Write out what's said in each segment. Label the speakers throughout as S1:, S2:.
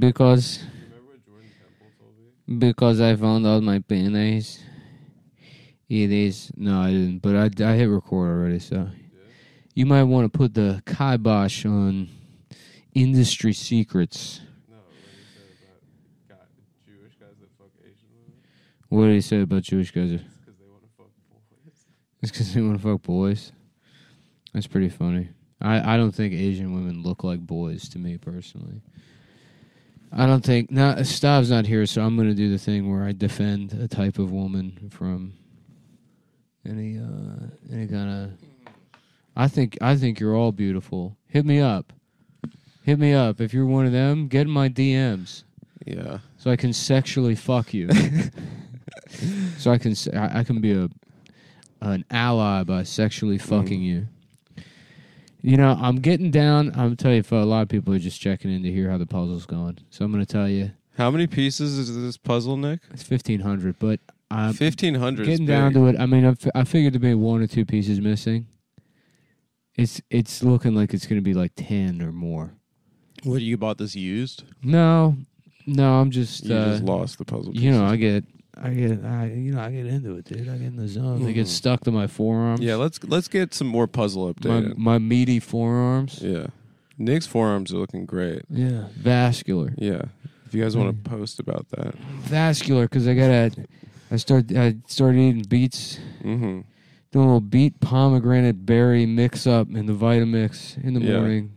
S1: because because I found out my pen is it is no I didn't but I, I hit record already so you might want to put the kibosh on industry secrets
S2: No, what he said about guy, Jewish guys that fuck Asian women,
S1: what did he say about Jewish guys
S2: it's 'cause they want to fuck boys.
S1: it's because they want to fuck boys that's pretty funny I, I don't think Asian women look like boys to me personally I don't think not Stav's not here so I'm gonna do the thing where I defend a type of woman from any uh any kind of I think I think you're all beautiful. Hit me up. Hit me up. If you're one of them, get in my DMs
S2: Yeah.
S1: so I can sexually fuck you. so I can s- I I can be a an ally by sexually
S2: Mm.
S1: fucking you. You know, I'm getting down. I'm telling you, for a lot of people are just checking in to hear how the puzzle's going. So I'm going to tell you,
S2: How many pieces is this puzzle, Nick?
S1: it's 1500, but I'm
S2: Fifteen hundred.
S1: Uh, getting down to it. I mean, I, f- I figured to be one or two pieces missing. It's it's looking like it's going to be like 10 or more.
S2: What you bought this used?
S1: No, no, I'm just,
S2: You
S1: uh,
S2: just lost the puzzle.
S1: you know, I get, I get, I, you know, I get into it, dude. I get in the zone. They get
S2: Mhm.
S1: stuck to my forearms.
S2: yeah. Let's let's get some more puzzle
S1: my,
S2: updated.
S1: my meaty forearms.
S2: yeah. Nick's forearms are looking great.
S1: Yeah, vascular,
S2: Yeah. If you guys want
S1: Mm.
S2: to post about that.
S1: vascular, because I gotta, I start, I started eating beets,
S2: Mm-hmm.
S1: doing a little beet pomegranate berry mix up in the Vitamix in the
S2: Yeah.
S1: morning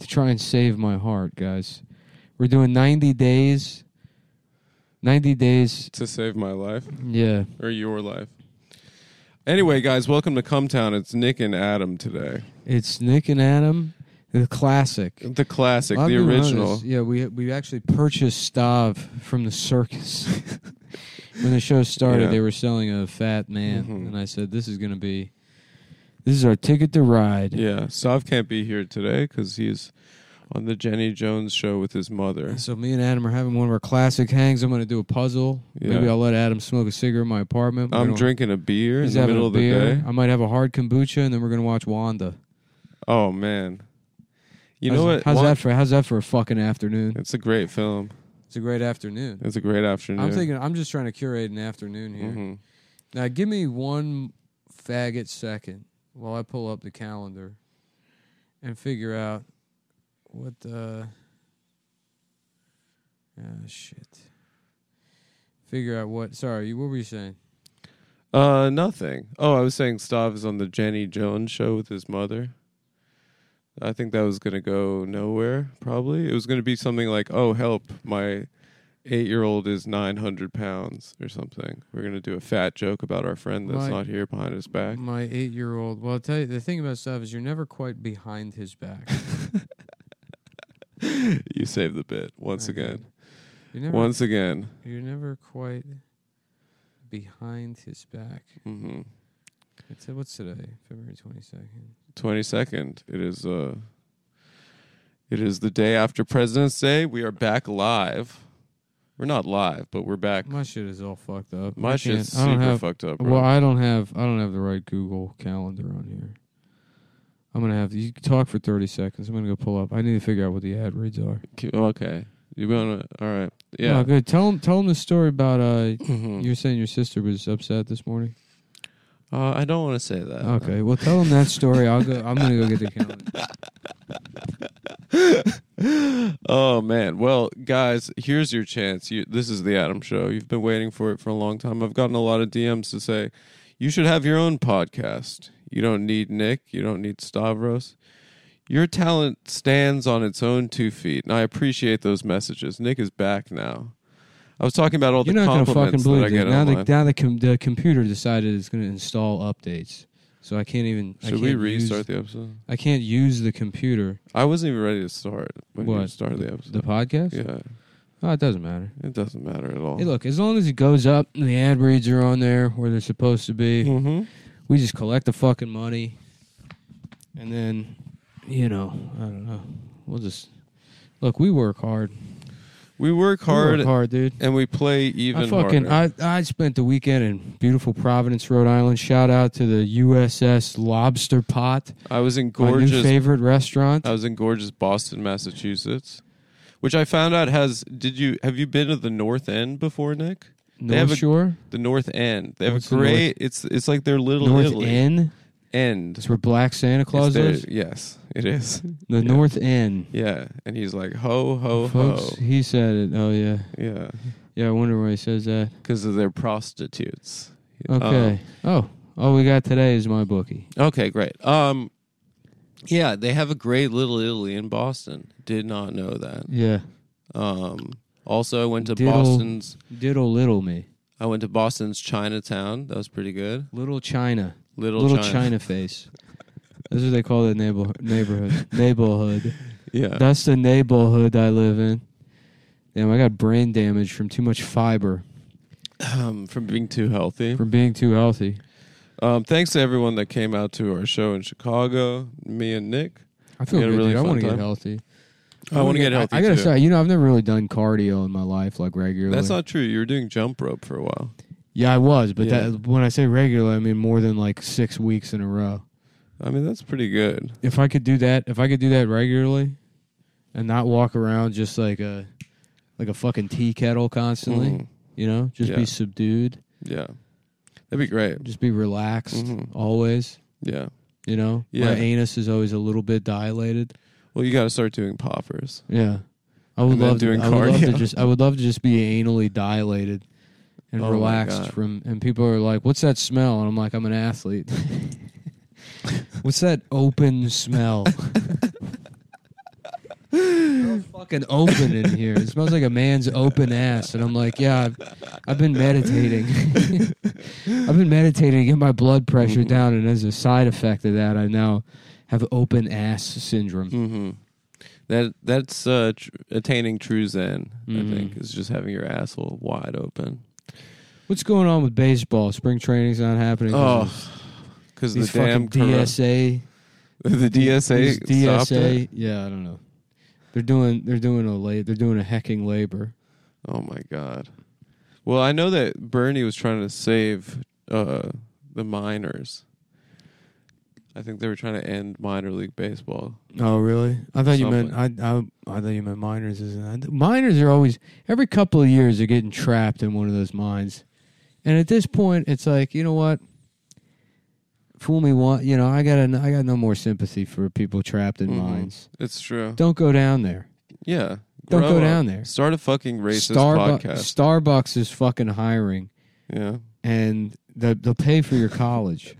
S1: to try and save my heart, guys. We're doing ninety days. Ninety days.
S2: To save my life
S1: Yeah.
S2: or your life. Anyway, guys, welcome to Come Town. It's Nick and Adam today.
S1: It's Nick and Adam, the classic.
S2: The classic,
S1: I'll
S2: the
S1: be honest,
S2: original.
S1: Yeah, we we actually purchased Stav from the circus. when the show started,
S2: Yeah.
S1: they were selling a fat man,
S2: Mhm.
S1: and I said, "This is going to be, this is our ticket to ride."
S2: Yeah, Sav can't be here today because he's on the Jenny Jones show with his mother.
S1: So me and Adam are having one of our classic hangs. I'm going to do a puzzle. Maybe
S2: Yeah.
S1: I'll let Adam smoke a cigarette in my apartment. We
S2: I'm
S1: don't-
S2: drinking a beer in
S1: He's
S2: the
S1: having
S2: middle
S1: a
S2: of the
S1: beer.
S2: day.
S1: I might have a hard kombucha, and then we're going to watch Wanda.
S2: Oh man, you
S1: how's,
S2: know what?
S1: How's
S2: Wa-
S1: that for? How's that for a fucking afternoon?
S2: It's a great film.
S1: It's a great afternoon.
S2: It's a great afternoon.
S1: I'm thinking. I'm just trying to curate an afternoon here.
S2: Mhm.
S1: Now, give me one faggot second while I pull up the calendar and figure out what the. Ah, shit. Figure out what. Sorry, you- what were you saying?
S2: Uh, nothing. Oh, I was saying Stav is on the Jenny Jones show with his mother. I think that was gonna go nowhere. Probably it was gonna be something like, "Oh, help! My eight-year-old is nine hundred pounds or something." We're gonna do a fat joke about our friend that's
S1: Right. Mm-hmm.
S2: not here behind his back.
S1: My eight year old. Well, I'll tell you, the thing about stuff is you're never quite behind his back.
S2: you saved the bit once
S1: I
S2: again.
S1: did. You're never,
S2: Once again.
S1: you're never quite behind his back.
S2: Mm-hmm.
S1: It's, what's today? February 22nd.
S2: Twenty second. It is. Uh, it is the day after President's Day. We are back live. We're not live, but we're back.
S1: My shit is all fucked up. I
S2: My
S1: can't-
S2: shit's
S1: I don't
S2: super
S1: have
S2: fucked up. Bro.
S1: Well, I don't have I don't have the right Google Calendar on here. I'm gonna have you talk for 30 seconds. I'm gonna go pull up. I need to figure out what the ad reads are.
S2: K- okay. You wanna? All right. Yeah.
S1: No, good. Tell them tell them the story about uh.
S2: Mhm.
S1: You're saying your sister was upset this morning.
S2: uh, I don't want to say that.
S1: Okay, well tell them that story. I'll go. I'm gonna go get the calendar.
S2: Oh man. Well, guys, here's your chance. You, this is the Adam Show. You've been waiting for it for a long time. I've gotten a lot of DMs to say you should have your own podcast. You don't need Nick. You don't need Stavros. Your talent stands on its own two feet, and I appreciate those messages. Nick is back now. I was talking about all
S1: You're
S2: the
S1: not gonna fucking
S2: compliments that I get
S1: believe it. Now the
S2: online.
S1: now the, com- the computer decided it's gonna install updates, so I can't even. I
S2: Should
S1: can't
S2: we
S1: use-
S2: restart the episode?
S1: I can't use the computer.
S2: I wasn't even ready to start when you
S1: What?
S2: started the episode.
S1: The podcast.
S2: yeah,
S1: Oh, it doesn't matter.
S2: it doesn't matter at all.
S1: Hey, look, as long as it goes up and the ad reads are on there where they're supposed to be,
S2: hmm
S1: we just collect the fucking money. And then, you know, I don't know. We'll just. Look, we work hard.
S2: We work
S1: We
S2: hard,
S1: work hard, dude.
S2: and we play even
S1: I fucking
S2: harder.
S1: I, I spent the weekend in beautiful Providence, Rhode Island. Shout out to the USS Lobster Pot,
S2: I, was in
S1: my new
S2: gorgeous. Uh,
S1: favorite restaurant.
S2: I was in gorgeous Boston, Massachusetts, which I found out has. Did you have you been to the North End before, Nick? They have
S1: North
S2: a-
S1: Shore,
S2: The North End. They have
S1: What's
S2: a
S1: the North-
S2: great. It's it's like their little
S1: North
S2: Italy.
S1: End.
S2: End.
S1: That's where Black Santa
S2: It's
S1: Claus
S2: their-
S1: is.
S2: yes, it is.
S1: The North End.
S2: Yeah, and he's like ho ho
S1: Folks,
S2: ho.
S1: he said it. Oh yeah,
S2: Yeah,
S1: yeah. I wonder why he says that.
S2: because of their prostitutes. Um,
S1: Okay. oh, all we got today is my bookie.
S2: Okay, great. Um, yeah, they have a great Little Italy in Boston. Did not know that.
S1: Yeah.
S2: Um, also, I went to
S1: Diddle.
S2: Boston's.
S1: Diddle little me.
S2: I went to Boston's Chinatown. That was pretty good.
S1: Little China.
S2: Little,
S1: Little,
S2: China.
S1: China. face. That's what they call the neighbor neighborhood. neighborhood.
S2: Yeah.
S1: That's the neighborhood I live in. Damn, I got brain damage from too much fiber
S2: um, from being too healthy.
S1: from being too healthy.
S2: Um, thanks to everyone that came out to our show in Chicago. Me and Nick.
S1: I feel
S2: had a
S1: good.
S2: really
S1: dude. I
S2: fun
S1: want to get
S2: time.
S1: healthy.
S2: I wanna get healthy,
S1: I, gotta
S2: too.
S1: say, you know, I've never really done cardio in my life like regularly.
S2: That's not true. You were doing jump rope for a while.
S1: Yeah, I was, but
S2: Yeah.
S1: that when I say regular, I mean more than like six weeks in a row.
S2: I mean, that's pretty good.
S1: If I could do that, if I could do that regularly, and not walk around just like a like a fucking tea kettle constantly,
S2: Mhm.
S1: you know, just
S2: Yeah.
S1: be subdued,
S2: Yeah, that'd be great.
S1: just be relaxed
S2: Mhm.
S1: always.
S2: Yeah.
S1: You know,
S2: Yeah.
S1: my anus is always a little bit dilated.
S2: Well, you got to start doing poppers.
S1: Yeah, I would
S2: And then
S1: love
S2: doing
S1: to, I would love to
S2: cardio.
S1: just. I would love to just be anally dilated and
S2: Oh my
S1: relaxed
S2: God.
S1: from. And people are like, "What's that smell?" And I'm like, "I'm an athlete." What's that open smell? It's so fucking open in here. It smells like a man's open ass, and I'm like, yeah, I've, I've been meditating. I've been meditating to get my blood pressure down, and as a side effect of that, I now have open ass syndrome.
S2: Mm-hmm. That that's uh, tr- attaining true zen.
S1: Mhm.
S2: I think is just having your asshole wide open.
S1: What's going on with baseball? Spring training's not happening. 'cause of
S2: Oh, because the
S1: these
S2: damn
S1: fucking
S2: corona-
S1: DSA,
S2: the DSA,
S1: these
S2: stopped it?
S1: DSA. Yeah, I don't know. They're doing they're doing a la- they're doing a hecking labor.
S2: Oh my god. Well, I know that Bernie was trying to save uh, the minors. I think they were trying to end minor league baseball.
S1: Oh really? I thought
S2: you meant-
S1: I I thought you meant miners. Isn't miners are always every couple of years they're getting trapped in one of those mines, and at this point it's like you know what. Fool me once, you know. I got a, I got no more sympathy for people trapped in
S2: Mhm.
S1: mines.
S2: It's true.
S1: Don't go down there.
S2: Yeah.
S1: Don't
S2: grow
S1: go
S2: up.
S1: down there.
S2: Start a fucking racist
S1: Starbu-
S2: podcast.
S1: Starbucks is fucking hiring,
S2: Yeah.
S1: and they'll, they'll pay for your college.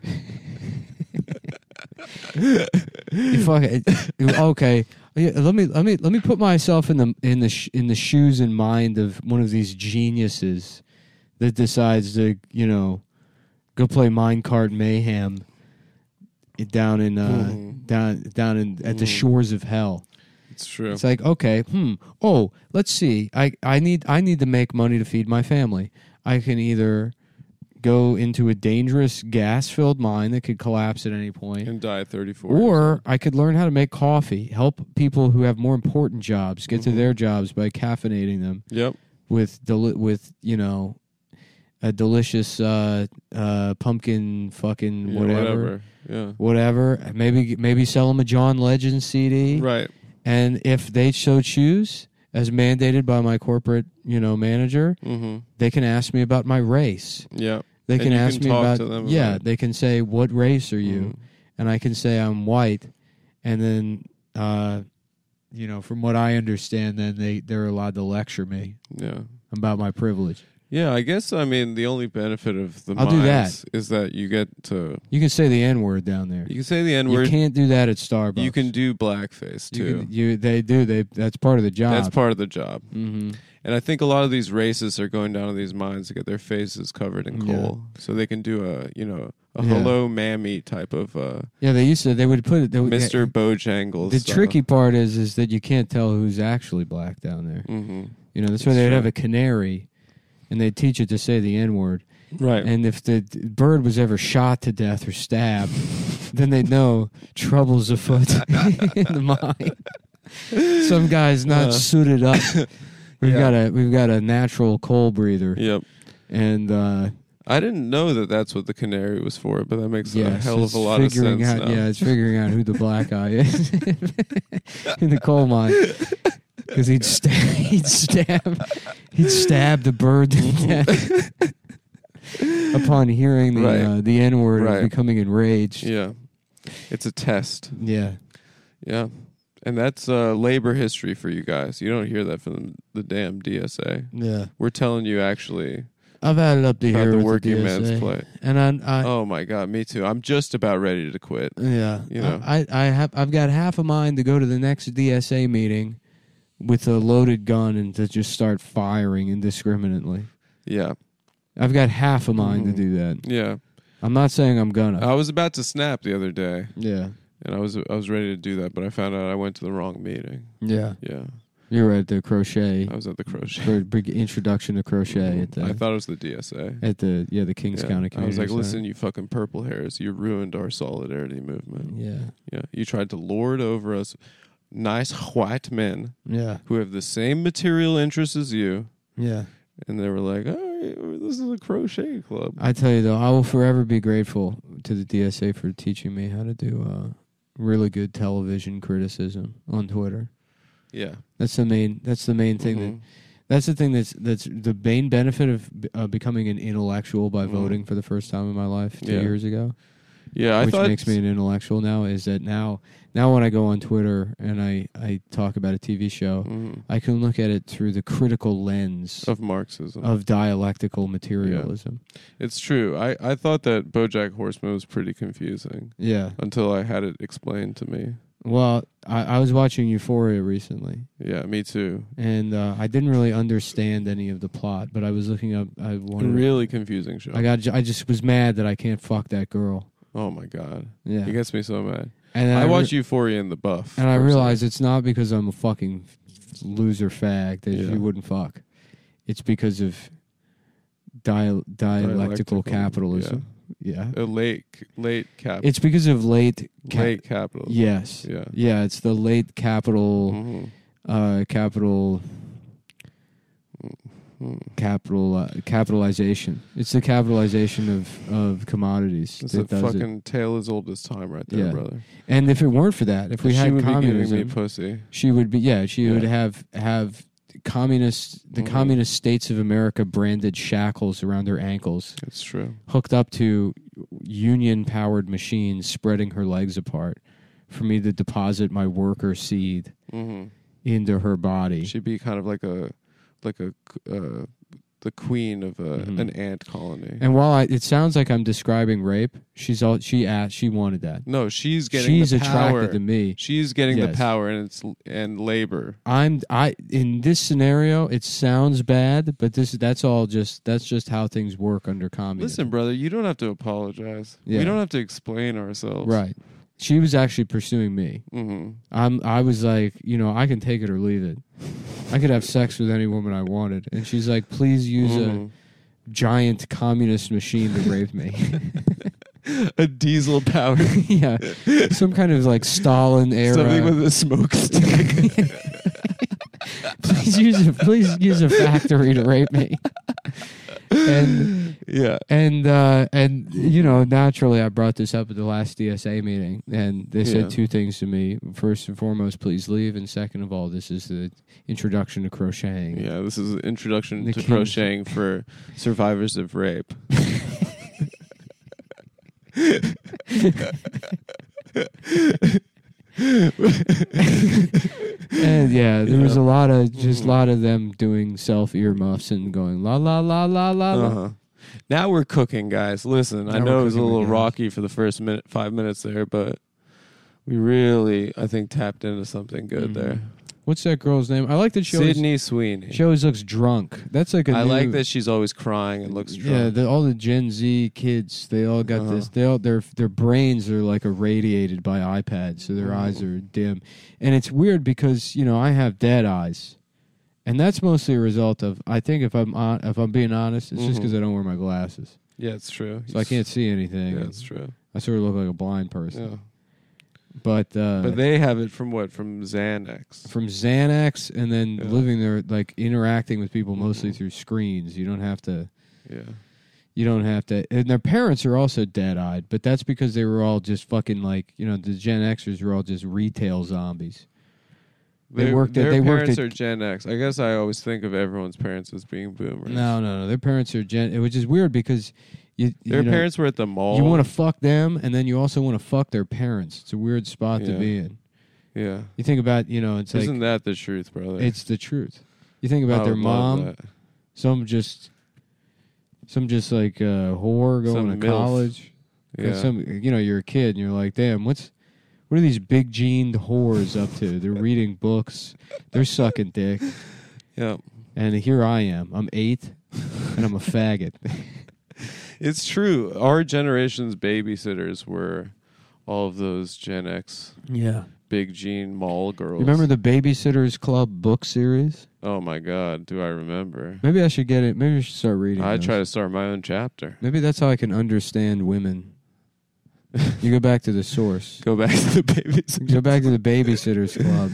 S1: You fuck it. You- okay, Yeah, let me let me let me put myself in the in the sh- in the shoes and mind of one of these geniuses that decides to you know go play minecart mayhem down in uh,
S2: Mhm.
S1: down down in at the
S2: Mhm.
S1: shores of hell.
S2: It's true.
S1: It's like, okay, hmm. Oh, let's see. I, I need I need to make money to feed my family. I can either go into a dangerous gas filled mine that could collapse at any point.
S2: and die at 34.
S1: Or I could learn how to make coffee, help people who have more important jobs get
S2: Mm-hmm.
S1: to their jobs by caffeinating them
S2: Yep.
S1: with deli- with you know a delicious uh, uh, pumpkin fucking
S2: Yeah,
S1: whatever,
S2: Yeah.
S1: whatever Maybe maybe sell them a John Legend CD.
S2: Right.
S1: And if they so choose, as mandated by my corporate, you know, manager,
S2: Mm-hmm.
S1: they can ask me about my race.
S2: Yeah.
S1: They
S2: And
S1: can
S2: you
S1: ask
S2: can
S1: me
S2: talk
S1: about
S2: to them
S1: yeah.
S2: about it.
S1: They can say what race are you,
S2: Mhm.
S1: and I can say I'm white, and then, uh, you know, from what I understand, then they they're allowed to lecture me
S2: Yeah.
S1: about my privilege.
S2: Yeah, I guess I mean the only benefit of the
S1: I'll do that.
S2: mines is that you get to
S1: You can say the n word down there.
S2: you can say the N
S1: You,
S2: word.
S1: can't do that at Starbucks.
S2: You can do blackface
S1: You
S2: too.
S1: can- you- they do they that's part of the job.
S2: That's part of the job.
S1: hmm
S2: And I think a lot of these racists are going down to these mines to get their faces covered in
S1: Yeah.
S2: coal, so they can do a you know a
S1: Yeah.
S2: hello mammy type of uh,
S1: Yeah, they used to. They would put it. They would,
S2: Mr. Bojangles.
S1: Oh,
S2: uh,
S1: The tricky part is is that you can't tell who's actually black down there.
S2: hmm
S1: You know, that's why
S2: That's
S1: they'd have
S2: right.
S1: a canary and they'd teach it to say the N word.
S2: Right.
S1: And if the d- bird was ever shot to death or stabbed, then they'd know trouble's afoot in the mine. Some guy's not
S2: Uh.
S1: suited up. We've
S2: Yeah.
S1: got a we've got a natural coal breather.
S2: yep.
S1: And uh
S2: I didn't know that that's what the canary was for, but that makes
S1: yeah,
S2: a
S1: so
S2: hell of
S1: it's
S2: a lot of
S1: figuring
S2: sense
S1: out,
S2: now.
S1: Yeah, it's figuring out who the black guy is in the coal mine. because he'd sta- he'd stab he'd stab the bird to death upon hearing the
S2: Right.
S1: uh, the N word
S2: Right.
S1: and becoming enraged.
S2: Yeah. It's a test.
S1: Yeah.
S2: Yeah. And that's uh, labor history for you guys. You don't hear that from the damn DSA.
S1: Yeah.
S2: We're telling you actually
S1: I've added up to
S2: how
S1: here
S2: the
S1: with
S2: working
S1: the
S2: man's
S1: DSA.
S2: play.
S1: and I, I
S2: Oh my god, me too. I'm just about ready to quit.
S1: yeah,
S2: you know.
S1: I, I have I've got half a mind to go to the next DSA meeting with a loaded gun and to just start firing indiscriminately.
S2: Yeah.
S1: I've got half a mind
S2: Mhm.
S1: to do that.
S2: Yeah.
S1: I'm not saying I'm gonna.
S2: I was about to snap the other day
S1: yeah,
S2: and I was I was ready to do that, but I found out I went to the wrong meeting.
S1: yeah.
S2: Yeah.
S1: You're right. The crochet.
S2: I was at the crochet.
S1: for big introduction to crochet at
S2: I
S1: the
S2: thought it was the DSA.
S1: at the yeah the Kings
S2: Yeah.
S1: County
S2: I was
S1: Community.
S2: like,
S1: Center.
S2: listen, you fucking purple hairs, you ruined our solidarity movement.
S1: Yeah,
S2: Yeah. You tried to lord over us nice white men
S1: yeah,
S2: who have the same material interests as you.
S1: yeah.
S2: And they were like, all right, well, this is a crochet club.
S1: I tell you though, I will forever be grateful to the DSA for teaching me how to do uh, really good television criticism on Twitter.
S2: Yeah.
S1: That's the main. That's the main thing. That,
S2: Mhm.
S1: that's the thing that's that's the main benefit of uh, becoming an intellectual by
S2: Mhm.
S1: voting for the first time in my life two
S2: Yeah.
S1: years ago.
S2: Mm-hmm. Yeah. I
S1: which
S2: thought
S1: makes me an intellectual now is that now now when I go on Twitter and I I talk about a TV show,
S2: Mhm.
S1: I can look at it through the critical lens
S2: of Marxism.
S1: of dialectical materialism.
S2: It's true. I, I thought that BoJack Horseman was pretty confusing
S1: Yeah.
S2: until I had it explained to me.
S1: Well, I, I was watching Euphoria recently,
S2: Yeah, me too.
S1: and uh, I didn't really understand any of the plot, but I was looking up. I wanted.
S2: Really confusing show.
S1: I got. ju- I just was mad that I can't fuck that girl.
S2: oh my god,
S1: Yeah.
S2: it gets me so mad.
S1: And then
S2: I
S1: re-
S2: watch Euphoria in the buff,
S1: And I
S2: personally.
S1: realize it's not because I'm a fucking loser fag that
S2: Yeah.
S1: you wouldn't fuck. It's because of dia- dialectical
S2: Dialectical,
S1: capitalism. Yeah.
S2: Uh, late late cap
S1: It's because of late. Ca-
S2: late capital.
S1: Yes.
S2: yeah.
S1: Yeah, it's the late capital,
S2: Mhm.
S1: uh, capital,
S2: Mhm.
S1: capital, uh, capitalization. It's the capitalization of, of commodities
S2: It's a
S1: that does it.
S2: fucking tale as old as time, right there,
S1: Yeah.
S2: brother.
S1: And if it weren't for that, if we
S2: she
S1: had
S2: would be
S1: communism,
S2: giving me pussy.
S1: She would be yeah, she
S2: Yeah.
S1: would have have communist the
S2: Mhm.
S1: communist states of America branded shackles around her ankles,
S2: It's true.
S1: hooked up to union powered machines spreading her legs apart for me to deposit my worker seed
S2: hmm
S1: into her body.
S2: She'd be kind of like a like a uh, the queen of a,
S1: Mhm.
S2: an ant colony.
S1: and while I, it sounds like I'm describing rape, she's all she asked she wanted that.
S2: No, she's getting
S1: She's
S2: the power.
S1: attracted to me.
S2: She's getting
S1: Yes.
S2: the power and it's and labor.
S1: I'm I in this scenario it sounds bad, but this that's all just that's just how things work under communism.
S2: Listen, brother, you don't have to apologize.
S1: Yeah.
S2: We don't have to explain ourselves.
S1: Right. She was actually pursuing me.
S2: hmm
S1: I'm I was like, you know, I can take it or leave it. I could have sex with any woman I wanted. And she's like, please use
S2: Mhm.
S1: a giant communist machine to rape me.
S2: a diesel power.
S1: yeah. Some kind of like Stalin era.
S2: Something with a smokestack.
S1: please use a please use a factory to rape me. And
S2: yeah.
S1: and uh and you know, naturally I brought this up at the last DSA meeting and they
S2: Yeah.
S1: said two things to me. First and foremost, please leave and second of all, this is the introduction to crocheting.
S2: Yeah, this is an introduction
S1: The
S2: to
S1: king.
S2: crocheting for survivors of rape.
S1: And yeah, there was
S2: Yeah. Mm-hmm.
S1: a lot of just a lot of them doing self earmuffs and going la la la la la la.
S2: Uh-huh. Now we're cooking, guys. Listen, I
S1: Now
S2: know
S1: we're
S2: it was a
S1: cooking,
S2: little
S1: guys.
S2: rocky for the first minute, five minutes there, but we really, I think, tapped into something good
S1: Mhm.
S2: there.
S1: What's that girl's name? I like that she always,
S2: Sydney Sweeney.
S1: she always looks drunk. That's like a
S2: I like
S1: new-
S2: that she's always crying and looks
S1: Yeah,
S2: drunk.
S1: the, all the Gen Z kids, they all got
S2: Uh-huh.
S1: this. They all their their brains are like irradiated by iPads, so their
S2: Mhm.
S1: eyes are dim, and it's weird because you know I have dead eyes, and that's mostly a result of I think if I'm on, if I'm being honest, it's just
S2: Mhm.
S1: 'cause just because I don't wear my glasses,
S2: Yeah, it's true.
S1: so I can't see anything.
S2: Yeah, it's true.
S1: I sort of look like a blind person,
S2: Yeah.
S1: but uh,
S2: But they have it from what? From Xanax.
S1: from Xanax and then
S2: Yeah.
S1: living there, like interacting with people mostly
S2: Mhm.
S1: through screens. You don't have to.
S2: Yeah.
S1: You don't have to. And their parents are also dead eyed, but that's because they were all just fucking like, you know, the Gen Xers were all just retail zombies.
S3: They
S2: Their-
S3: worked at-
S2: Their
S3: they worked
S2: parents
S3: at-
S2: are Gen X. I guess I always think of everyone's parents as being boomers.
S1: No, no, no. Their parents are gen, which is weird because you
S2: their
S1: you know,
S2: parents were at the mall.
S1: You want to fuck them, and then you also want to fuck their parents. It's a weird spot to
S2: Yeah.
S1: be in.
S2: yeah.
S1: You think about you know, it's
S2: Isn't
S1: like
S2: that the truth, brother?
S1: it's the truth. You think
S2: I
S1: about their
S2: would love
S1: mom.
S2: that.
S1: Some just, some just like a whore going
S2: Some
S1: to
S2: milf.
S1: college.
S2: Yeah.
S1: And Some you know, you're a kid, and you're like, damn, what's what are these big jeaned whores up to? They're reading books, they're sucking dick,
S2: yeah.
S1: and here I am. I'm eight, and I'm a faggot.
S2: It's true. Our generation's babysitters were all of those Gen X
S1: Yeah.
S2: big gene mall girls.
S1: Remember the Babysitters Club book series?
S2: oh my God, do I remember?
S1: Maybe I should get it. Maybe I should start reading.
S2: I
S1: those.
S2: try to start my own chapter.
S1: Maybe that's how I can understand women. you go back to the source.
S2: Go back to the babysitter.
S1: Go back to the Babysitters Club,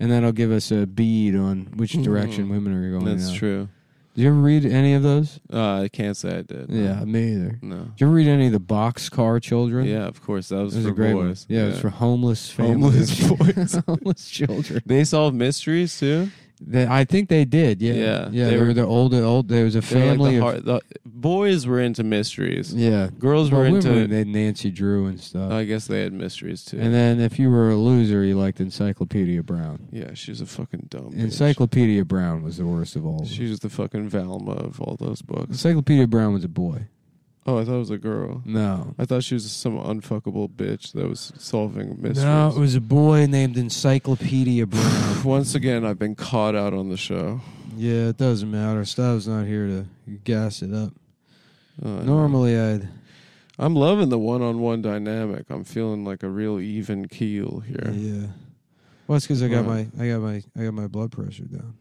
S1: and that'll give us a bead on which direction
S2: Mhm.
S1: women are going.
S2: That's
S1: now.
S2: true.
S1: Did you ever read any of those?
S2: Uh, I can't say I did. no.
S1: Yeah, me either.
S2: No.
S1: Did you ever read any of the Boxcar Children?
S2: Yeah, of course. That was,
S1: Those
S2: for
S1: are great
S2: boys.
S1: ones. Yeah, it's for homeless families.
S2: Homeless boys.
S1: homeless children.
S2: They solve mysteries too.
S1: They, I think they did. Yeah,
S2: Yeah,
S1: yeah.
S2: they
S1: They, were,
S2: were-
S1: the older old. There was a
S2: They were like the
S1: family
S2: hard- the- boys were into mysteries.
S1: of yeah.
S2: Girls were
S1: Well,
S2: into.
S1: women, they had Nancy Drew and stuff.
S2: Oh, I guess they had mysteries too.
S1: And then if you were a loser, you liked Encyclopedia Brown.
S2: yeah, she's a fucking dumb. bitch.
S1: Encyclopedia Brown was the worst of all. of them.
S2: She was the fucking Valma of all those books.
S1: Encyclopedia Brown was a boy.
S2: Oh, I thought it was a girl.
S1: No.
S2: I thought she was some unfuckable bitch that was solving mysteries.
S1: No, it was a boy named Encyclopedia Brown.
S2: Once again, I've been caught out on the show.
S1: yeah, it doesn't matter. Stav's not here to gas it up.
S2: Uh,
S1: Normally, I'd.
S2: I'm loving the one-on-one dynamic. I'm feeling like a real even keel here. Yeah,
S1: Yeah. Well, it's because I got
S2: Right.
S1: my I got my I got my blood pressure down.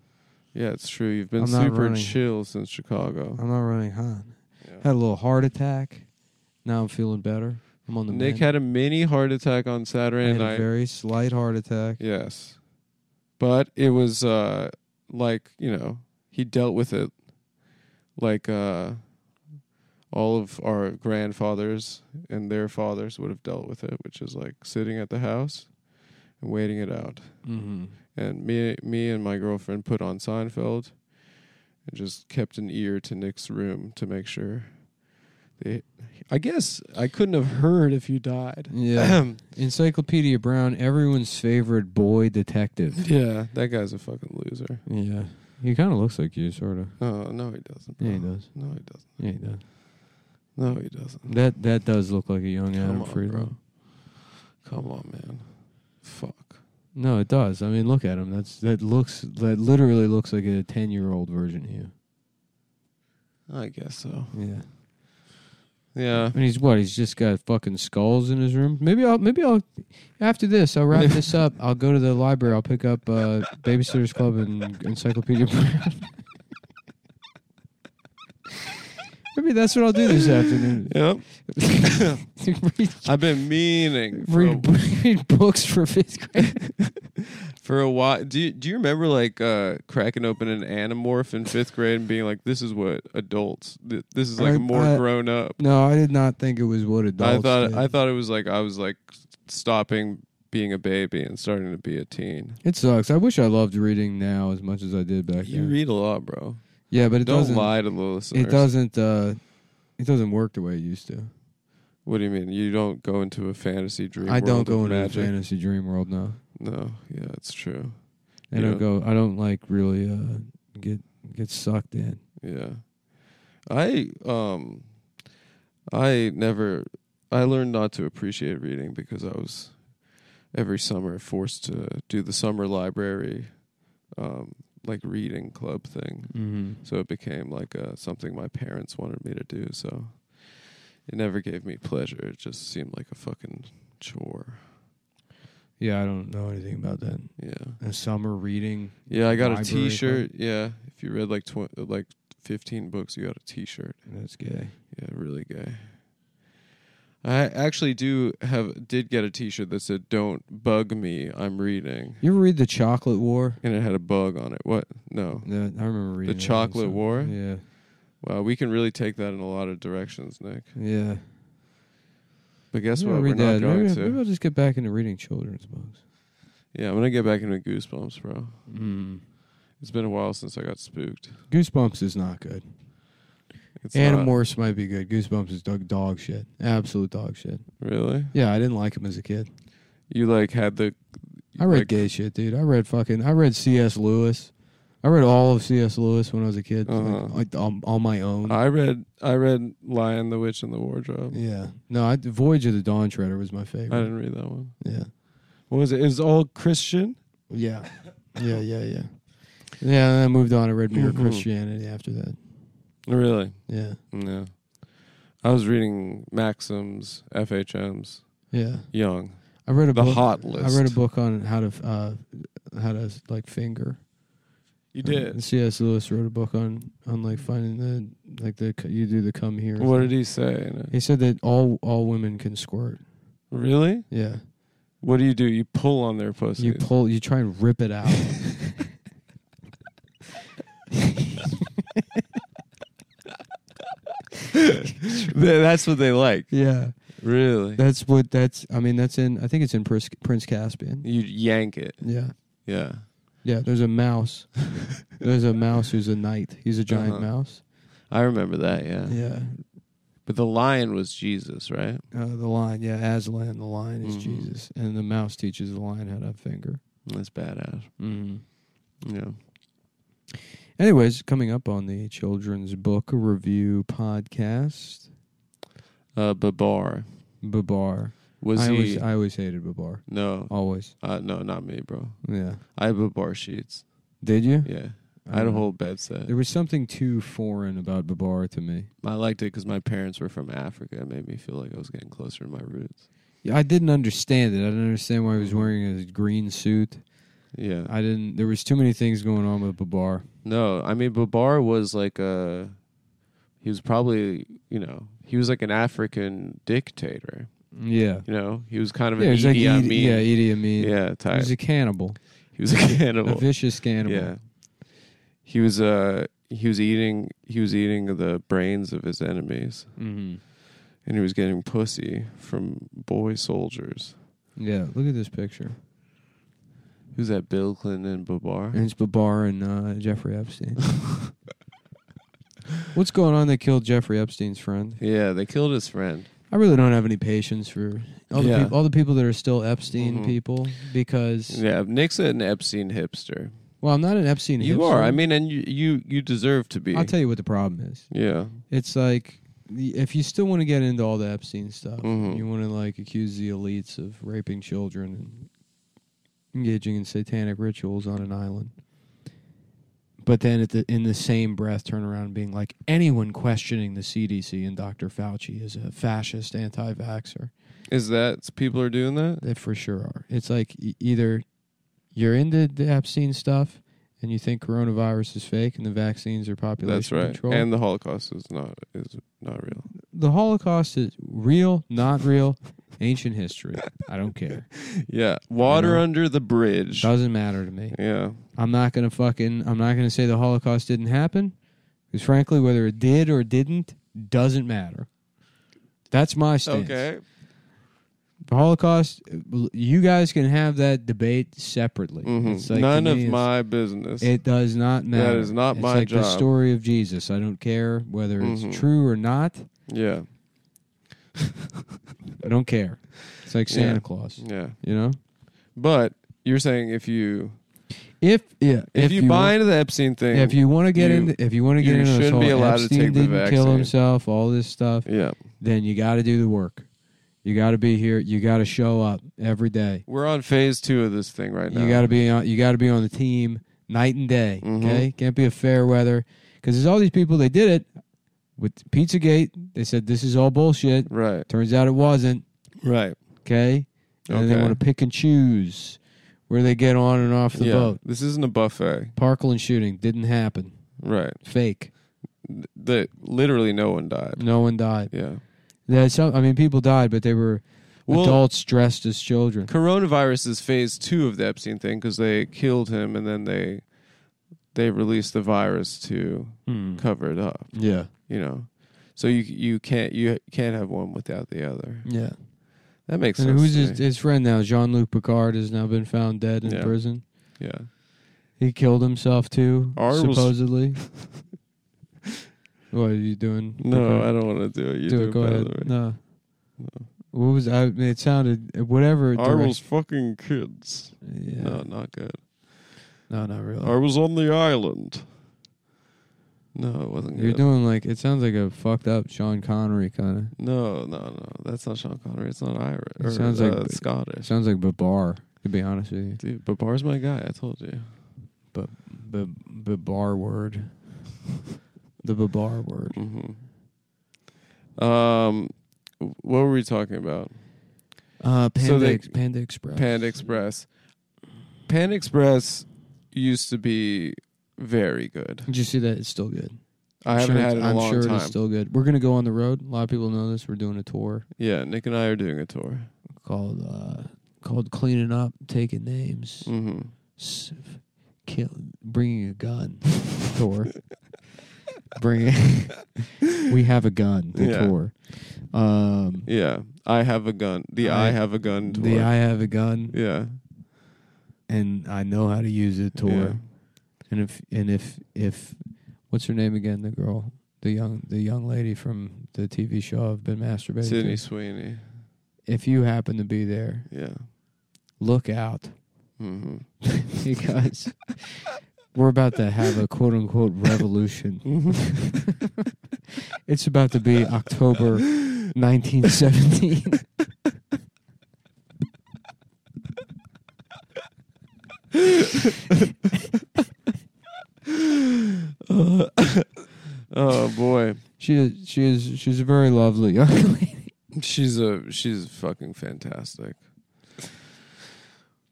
S2: it's true. You've been
S1: I'm not
S2: super
S1: running.
S2: chill since Chicago.
S1: I'm not running hot.
S2: Yeah.
S1: Had a little heart attack. Now I'm feeling better. I'm on the
S2: Nick
S1: mend.
S2: had a mini heart attack on
S1: I
S2: Saturday
S1: had a
S2: night.
S1: very slight heart attack.
S2: yes, but it was uh, like you know he dealt with it like uh, all of our grandfathers and their fathers would have dealt with it, which is like sitting at the house and waiting it out.
S1: Mm-hmm.
S2: And me, me and my girlfriend put on Seinfeld and just kept an ear to Nick's room to make sure. They, I guess I couldn't have heard if you died.
S1: Yeah. Encyclopedia Brown, everyone's favorite boy detective.
S2: yeah, that guy's a fucking loser.
S1: Yeah. He kind of looks like you, sort of.
S2: Oh no, he doesn't.
S1: Yeah, he
S2: bro.
S1: does.
S2: No, he doesn't.
S1: Yeah, he does.
S2: No, he doesn't.
S1: That that does look like a young Adam
S2: Come on,
S1: Friedland.
S2: bro. Come on, man. Fuck.
S1: No, it does. I mean, look at him. That's that looks that literally looks like a ten year old version of you.
S2: I guess so.
S1: Yeah.
S2: Yeah.
S1: And he's what? He's just got fucking skulls in his room. Maybe I'll maybe I'll after this I'll wrap this up. I'll go to the library. I'll pick up uh, Babysitters Club and Encyclopedia Brown. maybe that's what I'll do this afternoon.
S2: Yep.
S1: read,
S2: I've been meaning for a
S1: read, read books for fifth grade.
S2: for a while. Do you, do you remember like uh, cracking open an Animorph in fifth grade and being like, "This is what adults. Th- this is like
S1: I-
S2: more
S1: I-
S2: grown up."
S1: No, I did not think it was what adults.
S2: I thought
S1: did.
S2: I thought it was like I was like stopping being a baby and starting to be a teen.
S1: it sucks. I wish I loved reading now as much as I did back
S2: You
S1: then.
S2: read a lot, bro.
S1: yeah, but it
S2: Don't
S1: doesn't.
S2: lie to the listeners.
S1: It doesn't. Uh, it doesn't work the way it used to.
S2: What do you mean? You don't go into a fantasy dream.
S1: I
S2: world
S1: don't go
S2: of
S1: into
S2: magic?
S1: the fantasy dream world now.
S2: No, yeah, it's true.
S1: I
S2: You
S1: don't go. I don't like really uh, get get sucked in.
S2: Yeah. I um I never I learned not to appreciate reading because I was every summer forced to do the summer library um like reading club thing.
S1: Mm-hmm.
S2: So it became like uh something my parents wanted me to do, so it never gave me pleasure. It just seemed like a fucking chore.
S1: Yeah, I don't know anything about that.
S2: Yeah.
S1: A summer reading.
S2: Yeah, I got a
S1: Library club?
S2: t-shirt. Yeah. If you read like tw- like 15 books, you got a t-shirt.
S1: That's gay.
S2: Yeah, really gay. I actually do have did get a T-shirt that said "Don't bug me, I'm reading,"
S1: You ever read the Chocolate War?
S2: and it had a bug on it. What? No.
S1: The, I remember reading that when
S2: Chocolate
S1: some-
S2: War?
S1: Yeah,
S2: Wow, we can really take that in a lot of directions, Nick.
S1: yeah.
S2: But guess
S1: Maybe
S2: what?
S1: I'll
S2: We're
S1: read
S2: not
S1: that.
S2: going
S1: maybe,
S2: to.
S1: maybe I'll just get back into reading children's books.
S2: Yeah, I'm gonna get back into goosebumps, bro.
S1: Mm.
S2: It's been a while since I got spooked.
S1: Goosebumps is not good.
S2: It's
S1: Animorphs
S2: not-
S1: might be good. Goosebumps is dog, dog shit. Absolute dog shit.
S2: really?
S1: Yeah, I didn't like him as a kid.
S2: You like had the.
S1: I read
S2: like,
S1: gay shit, dude. I read fucking. I read C.S. Lewis. I read all of C.S. Lewis when I was a kid, like,
S2: Uh-huh.
S1: like, on, on my own.
S2: I read. I read Lion, the Witch, and the Wardrobe.
S1: yeah, no, I, Voyage of the Dawn Treader was my
S2: I
S1: favorite.
S2: didn't read that one.
S1: Yeah,
S2: What was it? It was all Christian.
S1: yeah, yeah, yeah, yeah. Yeah, and I moved on. I read Mere
S2: Mhm.
S1: Christianity after that.
S2: Really?
S1: Yeah,
S2: Yeah. I was reading Maxims, FHMs,
S1: yeah.
S2: Young.
S1: I read a
S2: The
S1: book.
S2: hot
S1: I read a
S2: list.
S1: book on how to uh, how to like finger.
S2: You
S1: Uh, C.S. Lewis wrote a book on on like finding the like the c- you do the come here.
S2: What
S1: thing.
S2: did he say? in it?
S1: he said that all all women can squirt.
S2: Really?
S1: Yeah,
S2: What do you do? You pull on their pussies.
S1: you pull, you try and rip it out.
S2: Th- That's what they like.
S1: yeah,
S2: Really?
S1: that's what that's. I mean, that's in. I think it's in Prince, Prince Caspian.
S2: You yank it.
S1: Yeah,
S2: Yeah.
S1: yeah. There's a mouse. there's a mouse who's a knight. He's a giant
S2: Uh-huh.
S1: mouse.
S2: I remember that, yeah.
S1: Yeah,
S2: But the lion was Jesus, right?
S1: uh, the lion. Yeah, Aslan. The lion is
S2: Mhm.
S1: Jesus, and the mouse teaches the lion how to finger.
S2: That's badass.
S1: Mm-hmm.
S2: Yeah.
S1: Anyways, coming up on the children's book review podcast,
S2: Uh, Babar.
S1: Babar.
S2: Was
S1: I
S2: he?
S1: always, I always hated Babar.
S2: no.
S1: Always.
S2: Uh, no, not me, bro.
S1: Yeah.
S2: I have Babar sheets.
S1: Did you? Uh,
S2: Yeah. I
S1: Mm.
S2: had a whole bed set.
S1: There was something too foreign about Babar to me.
S2: I liked it because my parents were from Africa. It made me feel like I was getting closer to my roots.
S1: Yeah, I didn't understand it. I didn't understand why he was wearing a green suit.
S2: Yeah.
S1: I didn't. There was too many things going on with Babar.
S2: No, I mean Babar was like a he was probably, you know, he was like an African dictator,
S1: Yeah.
S2: you know? He was kind of
S1: Yeah,
S2: an
S1: it was like
S2: Idi
S1: Idi-
S2: Amin.
S1: yeah, Idi Amin.
S2: yeah,
S1: He
S2: type.
S1: was a cannibal,
S2: He was a cannibal.
S1: a vicious cannibal.
S2: yeah. He was uh he was eating he was eating the brains of his enemies
S1: hmm
S2: and he was getting pussy from boy soldiers.
S1: Yeah. Look at this picture.
S2: Who's that Bill Clinton and Babar?
S1: And it's Babar and uh, Jeffrey Epstein. What's going on that killed Jeffrey Epstein's friend?
S2: Yeah, they killed his friend.
S1: I really don't have any patience for all the,
S2: Yeah.
S1: peop- all the people that are still Epstein
S2: Mhm.
S1: people because,
S2: Yeah, Nixon and Epstein hipster.
S1: well, I'm not an Epstein.
S2: You
S1: hipster.
S2: are. I mean, and you you, you deserve to be.
S1: I'll tell you what the problem is.
S2: yeah.
S1: It's like the- if you still want to get into all the Epstein stuff,
S2: Mhm.
S1: you want to like accuse the elites of raping children and engaging in satanic rituals on an island. But then, at the, in the same breath, turn around and being like, anyone questioning the CDC and Dr. Fauci is a fascist anti-vaxxer.
S2: Is that people are doing that?
S1: They for sure are. It's like e- either you're into the Epstein stuff and you think coronavirus is fake and the vaccines are population
S2: That's right.
S1: control.
S2: And the Holocaust is not is not real.
S1: the Holocaust is real, not real, ancient history. I don't care.
S2: Yeah. Water
S1: know.
S2: under the bridge.
S1: Doesn't matter to me.
S2: Yeah.
S1: I'm not gonna fucking. I'm not gonna say the Holocaust didn't happen, because frankly, whether it did or didn't doesn't matter. That's my stance.
S2: Okay.
S1: The Holocaust. You guys can have that debate separately.
S2: Mhm.
S1: It's like, to
S2: None of
S1: me, it's-
S2: my business.
S1: It does not matter.
S2: is not
S1: It's
S2: my
S1: like the
S2: job.
S1: story of Jesus. I don't care whether it's
S2: Mhm.
S1: true or not.
S2: yeah.
S1: I don't care. It's like
S2: Yeah.
S1: Santa Claus.
S2: Yeah.
S1: You know,
S2: But you're saying if you
S1: if yeah,
S2: if, you,
S1: wa-
S2: buy into the Epstein thing,
S1: if you want to get
S2: you-
S1: into, if you want to get
S2: you
S1: into this
S2: shouldn't
S1: whole
S2: be allowed to
S1: Epstein
S2: take the
S1: didn't kill
S2: vaccine.
S1: himself, all this stuff,
S2: yeah,
S1: then you got to do the work. You got to be here. You got to show up every day.
S2: we're on phase two of this thing right now.
S1: You got to be on. You got to be on the team night and day.
S2: Mhm.
S1: Okay, can't be a fair weather because there's all these people. They did it with PizzaGate. They said this is all bullshit.
S2: right,
S1: Turns out it wasn't.
S2: right.
S1: Okay, and then they
S2: Okay.
S1: want to pick and choose where they get on and off the
S2: yeah,
S1: boat.
S2: this isn't a buffet.
S1: Parkland shooting didn't happen.
S2: Right,
S1: Fake.
S2: that literally no one died.
S1: No one died.
S2: Yeah.
S1: Yeah, some, I mean, people died, but they were
S2: Well-
S1: adults dressed as children.
S2: coronavirus is phase two of the Epstein thing because they killed him and then they they released the virus to cover it up.
S1: Yeah,
S2: You know, so you you can't you can't have one without the other.
S1: yeah.
S2: That makes
S1: And
S2: sense.
S1: who's
S2: to
S1: his,
S2: me.
S1: his friend now? Jean Luc Picard has now been found dead in
S2: Yeah.
S1: prison.
S2: Yeah.
S1: He killed himself too,
S2: Ours was-
S1: supposedly. what are you doing?
S2: No,
S1: Picard?
S2: I don't want to do it. You
S1: do,
S2: do,
S1: it. Go
S2: by
S1: ahead.
S2: the way.
S1: No. What was I? It sounded whatever.
S2: I
S1: direct-
S2: was fucking kids.
S1: yeah.
S2: No, not good.
S1: no, not really.
S2: I was on the island. No, it wasn't
S1: You're
S2: good.
S1: doing like it sounds like a fucked up Sean Connery kind of.
S2: no, no, no. That's not Sean Connery. It's not Irish.
S1: It
S2: or,
S1: sounds
S2: uh,
S1: like b- It
S2: Scottish.
S1: sounds like Babar. To be honest with you,
S2: Dude, but Bar's my guy. I told you.
S1: but but Babar word. The Babar word.
S2: Mm-hmm. Um, what were we talking about?
S1: Uh, Panda,
S2: So they-
S1: Ex- Panda Express.
S2: Panda Express. Panda Express used to be very good.
S1: Did you see that? It's still good.
S2: I haven't
S1: Sure,
S2: had it in a
S1: I'm
S2: long
S1: sure
S2: time.
S1: it's still good. We're gonna go on the road. A lot of people know this. We're doing a tour
S2: yeah, Nick and I are doing a tour.
S1: called uh, called Cleaning Up, Taking Names,
S2: Mm-hmm.
S1: s- kill, Bringing a Gun tour. Bringing, we have a gun. The
S2: Yeah.
S1: tour. Um,
S2: Yeah, I have a gun. The I,
S1: I-
S2: have a gun tour.
S1: the I have a gun
S2: yeah,
S1: and I know how to use it tour.
S2: Yeah.
S1: And if and if if what's her name again? The girl, the young the young lady from the TV show I've been masturbating. to.
S2: Sydney Sweeney.
S1: if you happen to be there,
S2: Yeah.
S1: look out
S2: Mm-hmm.
S1: because we're about to have a quote unquote revolution.
S2: Mm-hmm.
S1: it's about to be October 1917.
S2: Oh boy,
S1: she is she is she's a very lovely young lady.
S2: she's a she's fucking fantastic.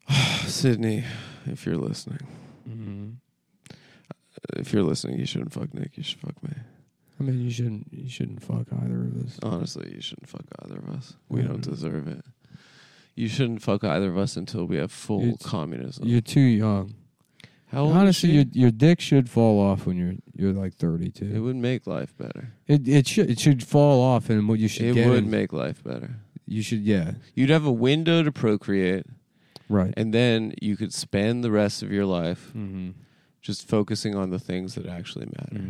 S2: Sydney, if you're listening, Mm-hmm. if you're listening, you shouldn't fuck Nick. You should fuck me.
S1: I mean, you shouldn't you shouldn't fuck either of us.
S2: Honestly, you shouldn't fuck either of us. We don't
S1: Mhm.
S2: deserve it. You shouldn't fuck either of us until we have full
S1: You-
S2: communism.
S1: You're too young.
S2: How old is
S1: Honestly,
S2: she?
S1: your your dick should fall off when you're you're like
S2: it
S1: 32.
S2: would make life better.
S1: It it should it should fall off, and what you should
S2: It
S1: get
S2: would
S1: is-
S2: make life better.
S1: you should yeah
S2: You'd have a window to procreate,
S1: right.
S2: and then you could spend the rest of your life
S1: Mm-hmm.
S2: just focusing on the things that actually matter,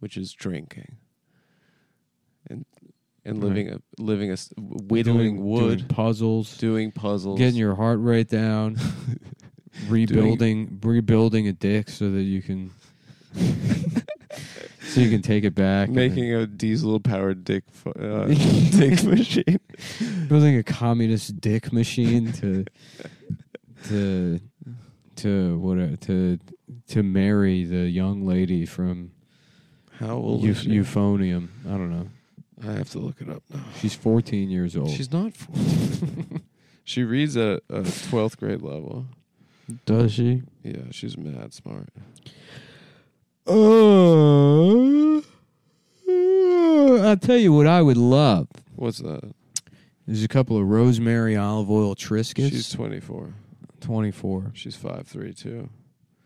S2: which is drinking and and
S1: Right.
S2: living a living a s- whittling wood,
S1: doing puzzles,
S2: doing puzzles,
S1: getting your heart rate down, rebuilding rebuilding a dick so that you can so you can take it back, and then
S2: making a diesel powered dick fu- uh, dick machine.
S1: building a communist dick machine to to to what to to marry the young lady from
S2: How old
S1: Eu-
S2: is she?
S1: Euphonium. I don't know.
S2: I have to look it up now.
S1: She's 14 years old.
S2: She's not. 14. she reads at a twelfth grade level.
S1: Does she?
S2: Yeah, she's mad smart.
S1: Uh, I'll tell you what I would love.
S2: What's that?
S1: There's a couple of rosemary olive oil Triscuits.
S2: She's twenty four.
S1: 24.
S2: She's five three two.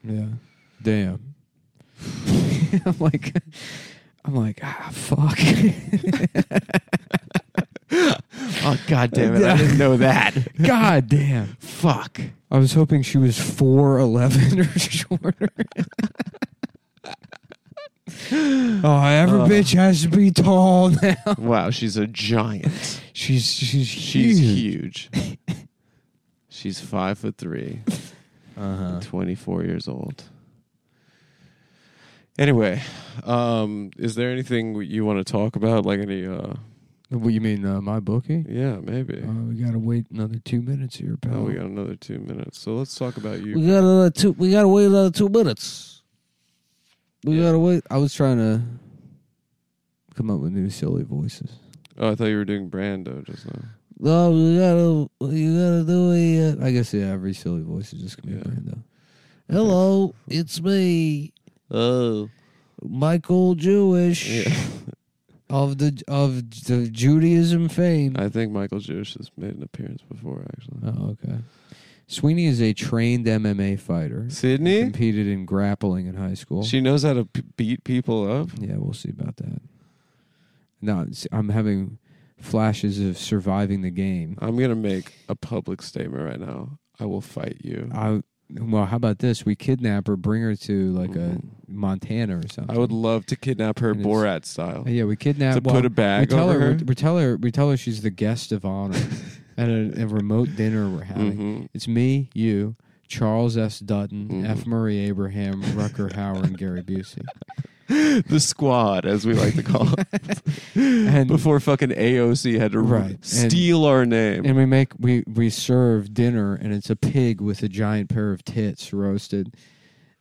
S1: Yeah. Damn. I'm like, I'm like, ah, fuck.
S2: Oh god
S1: damn it, I didn't
S2: know that.
S1: God damn.
S2: Fuck.
S1: I was hoping she was 4'11 or shorter. oh, every
S2: Uh.
S1: bitch has to be tall now.
S2: Wow, she's a giant.
S1: She's, she's,
S2: She's
S1: huge.
S2: huge. she's five foot three.
S1: Uh-huh.
S2: Twenty four years old. Anyway, um, is there anything you want to talk about? Like any? uh
S1: What you mean, uh, my bookie?
S2: Yeah, maybe.
S1: Uh, we gotta wait another two minutes here, pal.
S2: Oh, we got another two minutes. So let's talk about you.
S1: We got another two. We gotta wait another two minutes. We gotta wait. I was trying to come up with new silly voices.
S2: Oh, I thought you were doing Brando just now.
S1: No, we gotta. You gotta do it. I guess yeah. Every silly voice is just gonna
S2: Yeah.
S1: be Brando. Hello, it's me,
S2: Oh.
S1: Michael Jewish
S2: Yeah.
S1: of the of the Judaism fame.
S2: I think Michael Jewish has made an appearance before, actually.
S1: oh, okay. Sweeney is a trained MMA fighter.
S2: Sydney?
S1: competed in grappling in high school.
S2: She knows how to p- beat people up.
S1: yeah, we'll see about that. No, it's- I'm having flashes of surviving the game.
S2: I'm gonna make a public statement right now. I will fight you.
S1: I well, how about this? We kidnap her, bring her to like a Montana or something.
S2: Mm-hmm. I would love to kidnap her
S1: And it's-
S2: Borat style.
S1: Uh, Yeah, we kidnap.
S2: To
S1: well,
S2: put a
S1: we
S2: bag
S1: tell
S2: over
S1: her,
S2: her?
S1: We, we tell her. We tell her she's the guest of honor at a, a remote dinner we're having.
S2: Mhm.
S1: It's me, you, Charles S. Dutton,
S2: Mhm.
S1: F. Murray Abraham, Rucker Hauer, and Gary Busey.
S2: The squad, as we like to call it.
S1: And
S2: Before fucking AOC had to r-
S1: Right. And-
S2: steal our name.
S1: and we make we we serve dinner, and it's a pig with a giant pair of tits roasted,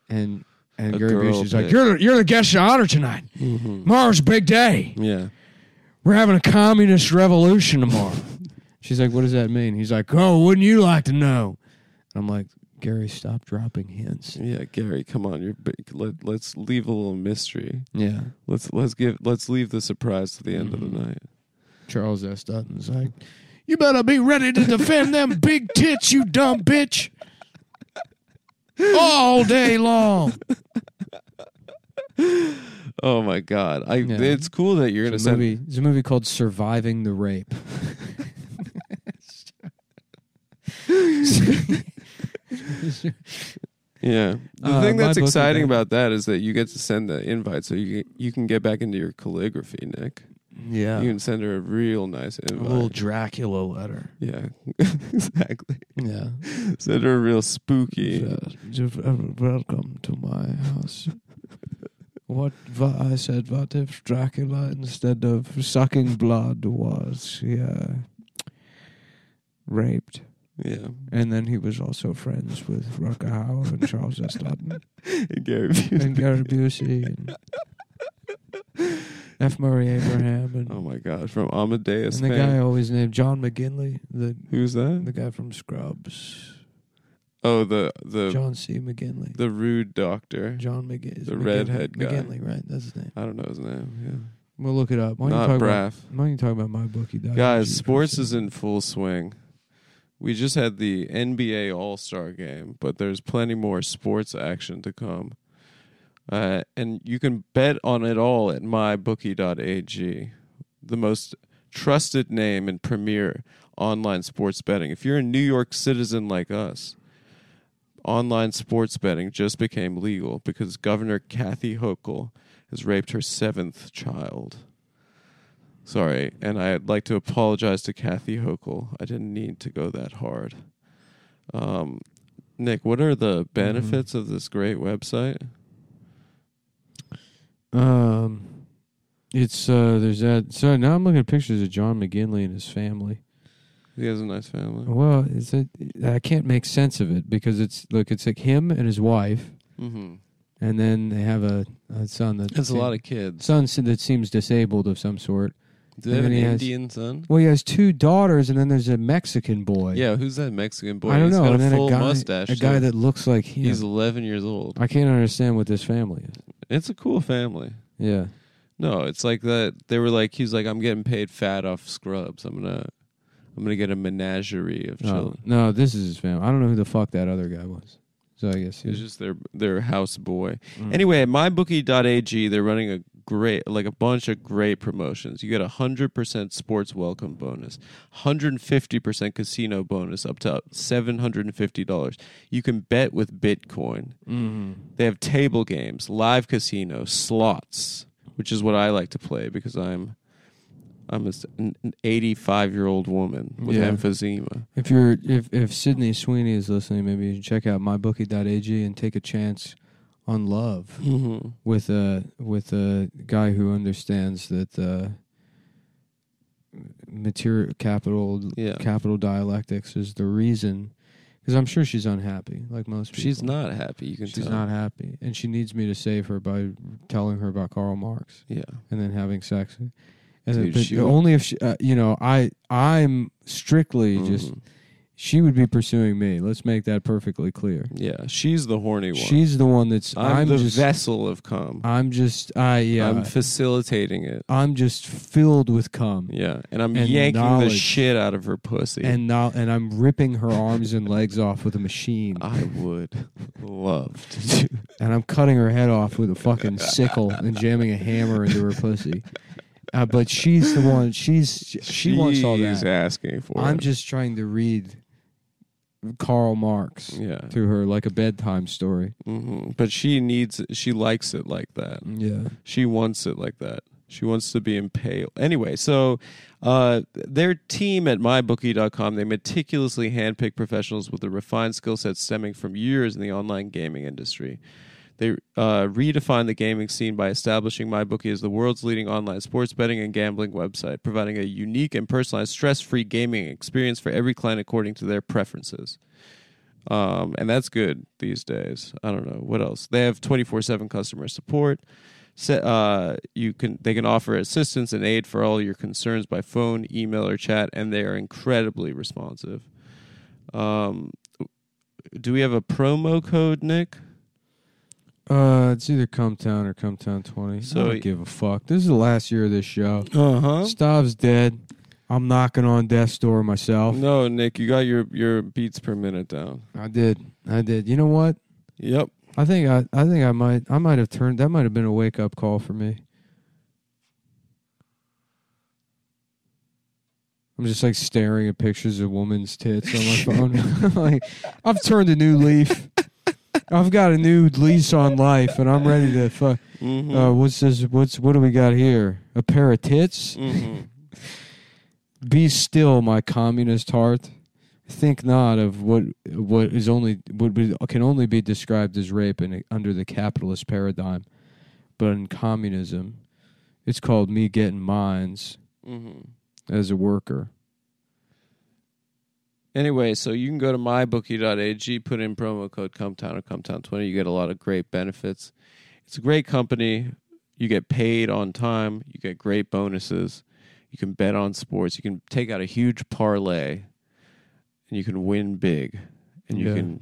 S1: and and
S2: A
S1: Gary
S2: girl
S1: Busey's
S2: pig. Mm-hmm.
S1: like, "You're the- you're the guest of honor tonight. Tomorrow's a big day.
S2: yeah.
S1: We're having a communist revolution tomorrow." She's like, "What does that mean?" He's like, "Oh, wouldn't you like to know?" And I'm like, "Gary, stop dropping hints."
S2: Yeah, Gary, come on. You're big. Let, let's leave a little mystery.
S1: Yeah.
S2: Let's let's give let's leave the surprise to the end of
S1: Mm-hmm.
S2: the night.
S1: Charles S. Dutton's like, "You better be ready to defend them big tits, you dumb bitch, all day long."
S2: Oh my god. I
S1: Yeah.
S2: it's cool that you're going to
S1: It's a
S2: send
S1: movie. It's a movie called "Surviving the Rape."
S2: Yeah. The
S1: Uh,
S2: thing
S1: my
S2: that's
S1: book is
S2: exciting
S1: that.
S2: about that is that you get to send the invite so you can, you can get back into your calligraphy, Nick.
S1: yeah,
S2: You can send her a real nice invite.
S1: Dracula letter.
S2: yeah. exactly.
S1: Yeah.
S2: Send her a real spooky.
S1: welcome to my house. What, what I said, what if Dracula instead of sucking blood was yeah raped?
S2: Yeah.
S1: And then he was also friends with Rucker Howard and Charles S. Dutton
S2: And Gary
S1: and
S2: Busey.
S1: Gary Busey and F. Murray Abraham and,
S2: Oh my god, from Amadeus
S1: and the
S2: fame.
S1: guy I always named John McGinley, the
S2: Who's
S1: the
S2: that?
S1: guy from Scrubs,
S2: Oh, the the
S1: John C. McGinley,
S2: the rude doctor.
S1: John McGinley,
S2: the redhead guy.
S1: McGinley, right? That's his name.
S2: I don't know his name.
S1: We'll look it up.
S2: Yeah.
S1: Why don't you
S2: Not
S1: talk about?
S2: Braff.
S1: Why don't you talk about my bookie?
S2: Guys, sports is in full swing. We just had the NBA All Star game, but there's plenty more sports action to come. Uh, and you can bet on it all at mybookie.ag, the most trusted name in premier online sports betting. If you're a New York citizen like us, online sports betting just became legal because Governor Kathy Hochul has raped her seventh child. Sorry, and I'd like to apologize to Kathy Hochul. I didn't need to go that hard. Um, Nick, what are the benefits of this great website?
S1: Um, it's uh, there's that. So now I'm looking at pictures of John McGinley and his family.
S2: He has a nice family.
S1: Well, it's a, I can't make sense of it because it's look, it's like him and his wife,
S2: Mm-hmm.
S1: and then they have a, a son that
S2: That's a lot of kids.
S1: son se- that seems disabled of some sort.
S2: Do they have an
S1: And then he has-
S2: Indian son?
S1: Well, he has two daughters, and then there's a Mexican boy.
S2: Yeah, who's that Mexican boy?
S1: I don't know.
S2: He's
S1: and
S2: got a
S1: then
S2: full
S1: a guy,
S2: mustache.
S1: a guy
S2: too.
S1: that looks like him.
S2: he's 11 years old.
S1: I can't understand what this family is.
S2: It's a cool family.
S1: Yeah,
S2: No, it's like that. They were like, he's like, I'm getting paid fat off Scrubs. I'm gonna, I'm gonna get a menagerie of
S1: no,
S2: children.
S1: no, this is his family. I don't know who the fuck that other guy was. So I guess he
S2: It's
S1: was,
S2: just their their house boy.
S1: Mm.
S2: Anyway, at mybookie.ag, they're running a great, like a bunch of great promotions. You get a 100% sports welcome bonus, 150% casino bonus, up to $750. You can bet with Bitcoin.
S1: Mm-hmm.
S2: They have table games, live casino, slots, which is what I like to play because I'm. I'm a s- an 85 year old woman with
S1: Yeah.
S2: emphysema.
S1: If you're if if Sydney Sweeney is listening, maybe you should check out mybookie.ag and take a chance on love
S2: Mm-hmm.
S1: with a with a guy who understands that uh, material capital
S2: Yeah.
S1: capital dialectics is the reason. Because I'm sure she's unhappy, like most people.
S2: She's not happy. You can
S1: She's
S2: tell.
S1: not happy, and she needs me to save her by telling her about Karl Marx
S2: Yeah.
S1: and then having sex. And
S2: Dude,
S1: but
S2: she would-
S1: only if she, uh, you know, I I'm strictly just
S2: Mhm.
S1: she would be pursuing me. Let's make that perfectly clear.
S2: Yeah. She's the horny one.
S1: She's the one that's.
S2: I'm,
S1: I'm,
S2: the
S1: just.
S2: vessel of cum.
S1: I'm just. I yeah.
S2: I'm
S1: I'm,
S2: facilitating it.
S1: just filled with cum,
S2: Yeah, and I'm
S1: And
S2: yanking
S1: knowledge.
S2: the shit out of her pussy.
S1: and now and I'm ripping her arms and legs off with a machine,
S2: I would love to. Do.
S1: and I'm cutting her head off with a fucking sickle and jamming a hammer into her pussy, Uh, but she's the one. She's she, wants all
S2: She's
S1: that.
S2: asking for
S1: I'm
S2: it.
S1: just trying to read Karl Marx
S2: yeah.
S1: to her like a bedtime story.
S2: hmm But she needs it. She likes it like that.
S1: Yeah.
S2: She wants it like that. She wants to be impaled. Anyway, so uh, their team at mybookie.com, they meticulously handpick professionals with a refined skill set stemming from years in the online gaming industry. They uh, redefine the gaming scene by establishing MyBookie as the world's leading online sports betting and gambling website, providing a unique and personalized stress free gaming experience for every client according to their preferences. Um, and that's good these days. I don't know what else. They have 24/7 customer support. Se- uh, you can they can offer assistance and aid for all your concerns by phone, email, or chat, and they are incredibly responsive. Um, do we have a promo code, Nick?
S1: Uh, it's either Come Town or Come Town 20.
S2: So
S1: I don't
S2: y-
S1: give a fuck. This is the last year of this show.
S2: Uh
S1: Uh-huh.
S2: huh.
S1: Stav's dead. I'm knocking on death's door myself.
S2: No, Nick, you got your your beats per minute down.
S1: I did. I did. You know what?
S2: Yep.
S1: I think I, I think I might I might have turned that might have been a wake up call for me. I'm just like staring at pictures of women's tits on my phone. like I've turned a new leaf. I've got a new lease on life and I'm ready to fuck
S2: Mm-hmm.
S1: uh, what's this what's what do we got here? A pair of tits?
S2: mm-hmm.
S1: Be still, my communist heart. Think not of what what is only what be, can only be described as rape in, under the capitalist paradigm, but in communism, it's called me getting mines
S2: Mm-hmm.
S1: as a worker.
S2: Anyway, so you can go to mybookie.ag, put in promo code Cometown or Cometown20. You get a lot of great benefits. It's a great company. You get paid on time. You get great bonuses. You can bet on sports. You can take out a huge parlay, and you can win big. And you
S1: Yeah.
S2: can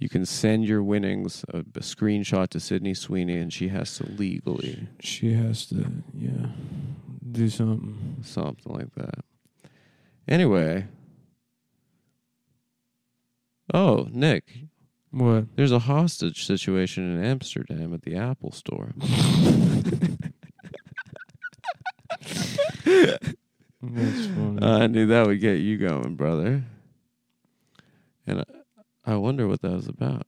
S2: you can send your winnings a, a screenshot to Sydney Sweeney, and she has to legally
S1: She has to, yeah, do something.
S2: something like that. Anyway. Oh, Nick,
S1: What?
S2: There's a hostage situation in Amsterdam at the Apple store.
S1: That's funny.
S2: I knew that would get you going, brother. And I, I wonder what that was about.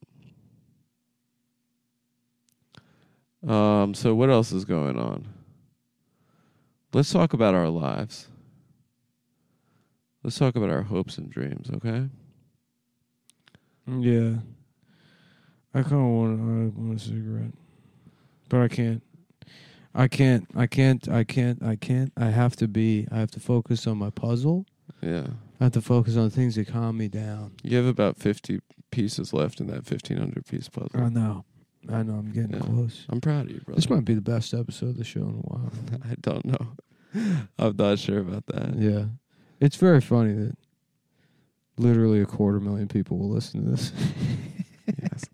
S2: Um, so what else is going on? Let's talk about our lives. Let's talk about our hopes and dreams, okay?
S1: yeah, I kind of want I want a cigarette, but I can't. I can't. I can't. I can't. I can't. I have to be. I have to focus on my puzzle.
S2: Yeah.
S1: I have to focus on things that calm me down.
S2: You have about 50 pieces left in that 1500 piece puzzle.
S1: I know. I know. I'm getting
S2: Yeah.
S1: close.
S2: I'm proud of you, brother.
S1: This might be the best episode of the show in a while.
S2: I don't know. I'm not sure about that.
S1: yeah, it's very funny that literally a quarter million people will listen to this.
S2: Yes.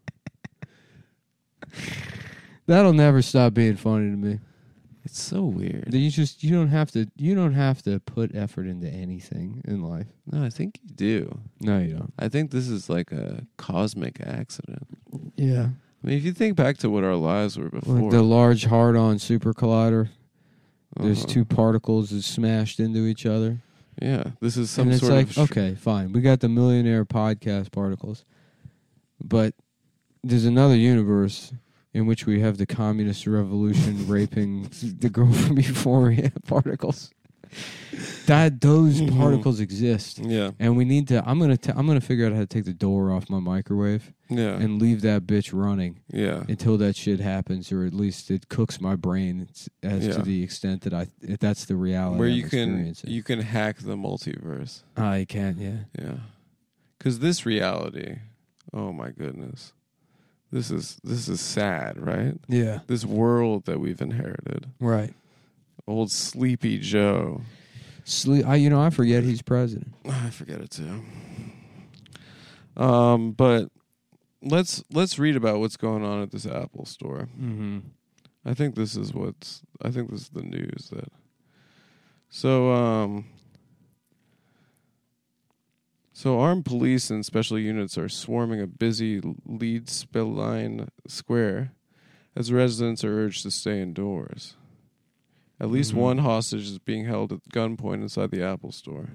S1: That'll never stop being funny to me.
S2: It's so weird.
S1: You just you don't have to you don't have to put effort into anything in life.
S2: No, I think you do.
S1: No, you don't.
S2: I think this is like a cosmic accident.
S1: Yeah,
S2: I mean, if you think back to what our lives were before,
S1: like the large hard-on super collider. There's
S2: uh-huh.
S1: two particles that smashed into each other.
S2: Yeah, this is some
S1: and it's
S2: sort
S1: like,
S2: of.
S1: okay, fine. We got the millionaire podcast particles. But there's another universe in which we have the communist revolution raping the girl from Euphoria particles. That those
S2: Mhm.
S1: particles exist.
S2: Yeah,
S1: And we need to I'm going to I'm going to figure out how to take the door off my microwave
S2: yeah,
S1: and leave that bitch running
S2: yeah.
S1: until that shit happens or at least it cooks my brain as
S2: Yeah.
S1: to the extent that I if that's the reality
S2: Where
S1: I'm
S2: you can
S1: experiencing.
S2: you can hack the multiverse.
S1: I Ah, can't, yeah.
S2: Yeah, because this reality, oh my goodness, this is this is sad, right?
S1: Yeah.
S2: This world that we've inherited,
S1: Right.
S2: old Sleepy Joe.
S1: Sleep. I, you know, I forget he's president.
S2: I forget it too. Um, but let's let's read about what's going on at this Apple store.
S1: Mm-hmm.
S2: I think this is what's I think this is the news that so um so armed police and special units are swarming a busy Leeds Spillane square as residents are urged to stay indoors. At least
S1: Mhm.
S2: one hostage is being held at gunpoint inside the Apple store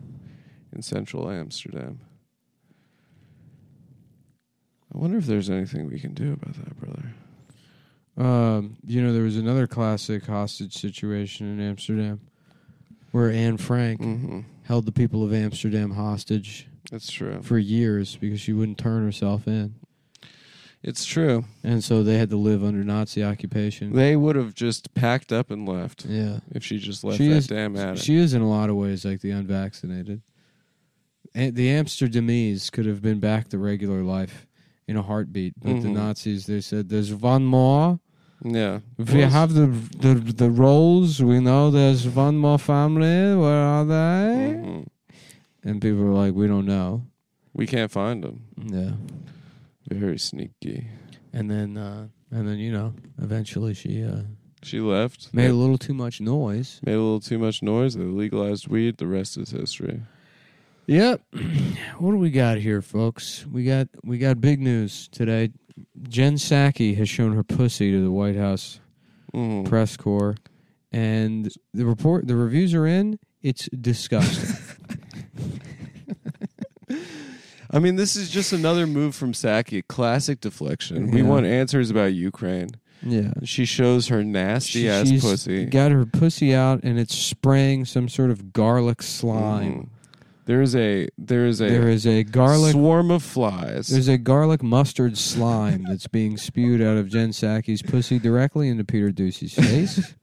S2: in central Amsterdam. I wonder if there's anything we can do about that, brother.
S1: Um, you know, there was another classic hostage situation in Amsterdam where Anne Frank
S2: Mm-hmm.
S1: held the people of Amsterdam hostage
S2: It's true.
S1: for years because she wouldn't turn herself in.
S2: It's true.
S1: And so they had to live under Nazi occupation.
S2: They would have just packed up and left
S1: yeah.
S2: if she just left
S1: She
S2: that
S1: is-
S2: damn attic.
S1: She is in a lot of ways like the unvaccinated. And the Amsterdamese could have been back to regular life in a heartbeat, but the
S2: Mhm.
S1: Nazis they said there's one more.
S2: yeah.
S1: We have the the the roles. We know there's one more family. Where are they?
S2: Mhm.
S1: And people were like, we don't know.
S2: We can't find them.
S1: Yeah.
S2: Very sneaky.
S1: And then uh, and then you know, eventually she uh,
S2: She left.
S1: made a little too much noise.
S2: Made a little too much noise. They legalized weed. The rest is history.
S1: Yep. what do we got here, folks? We got we got big news today. Jen Psaki has shown her pussy to the White House
S2: Mhm.
S1: press corps, and the report the reviews are in. It's disgusting.
S2: I mean, this is just another move from Saki. Classic deflection. We
S1: Yeah.
S2: want answers about Ukraine.
S1: yeah.
S2: She shows her nasty ass
S1: she's
S2: pussy.
S1: got her pussy out, and it's spraying some sort of garlic slime.
S2: Mhm. There is a there is a
S1: There is a garlic.
S2: swarm of flies.
S1: There's a garlic mustard slime that's being spewed out of Jen Psaki's pussy directly into Peter Ducey's face.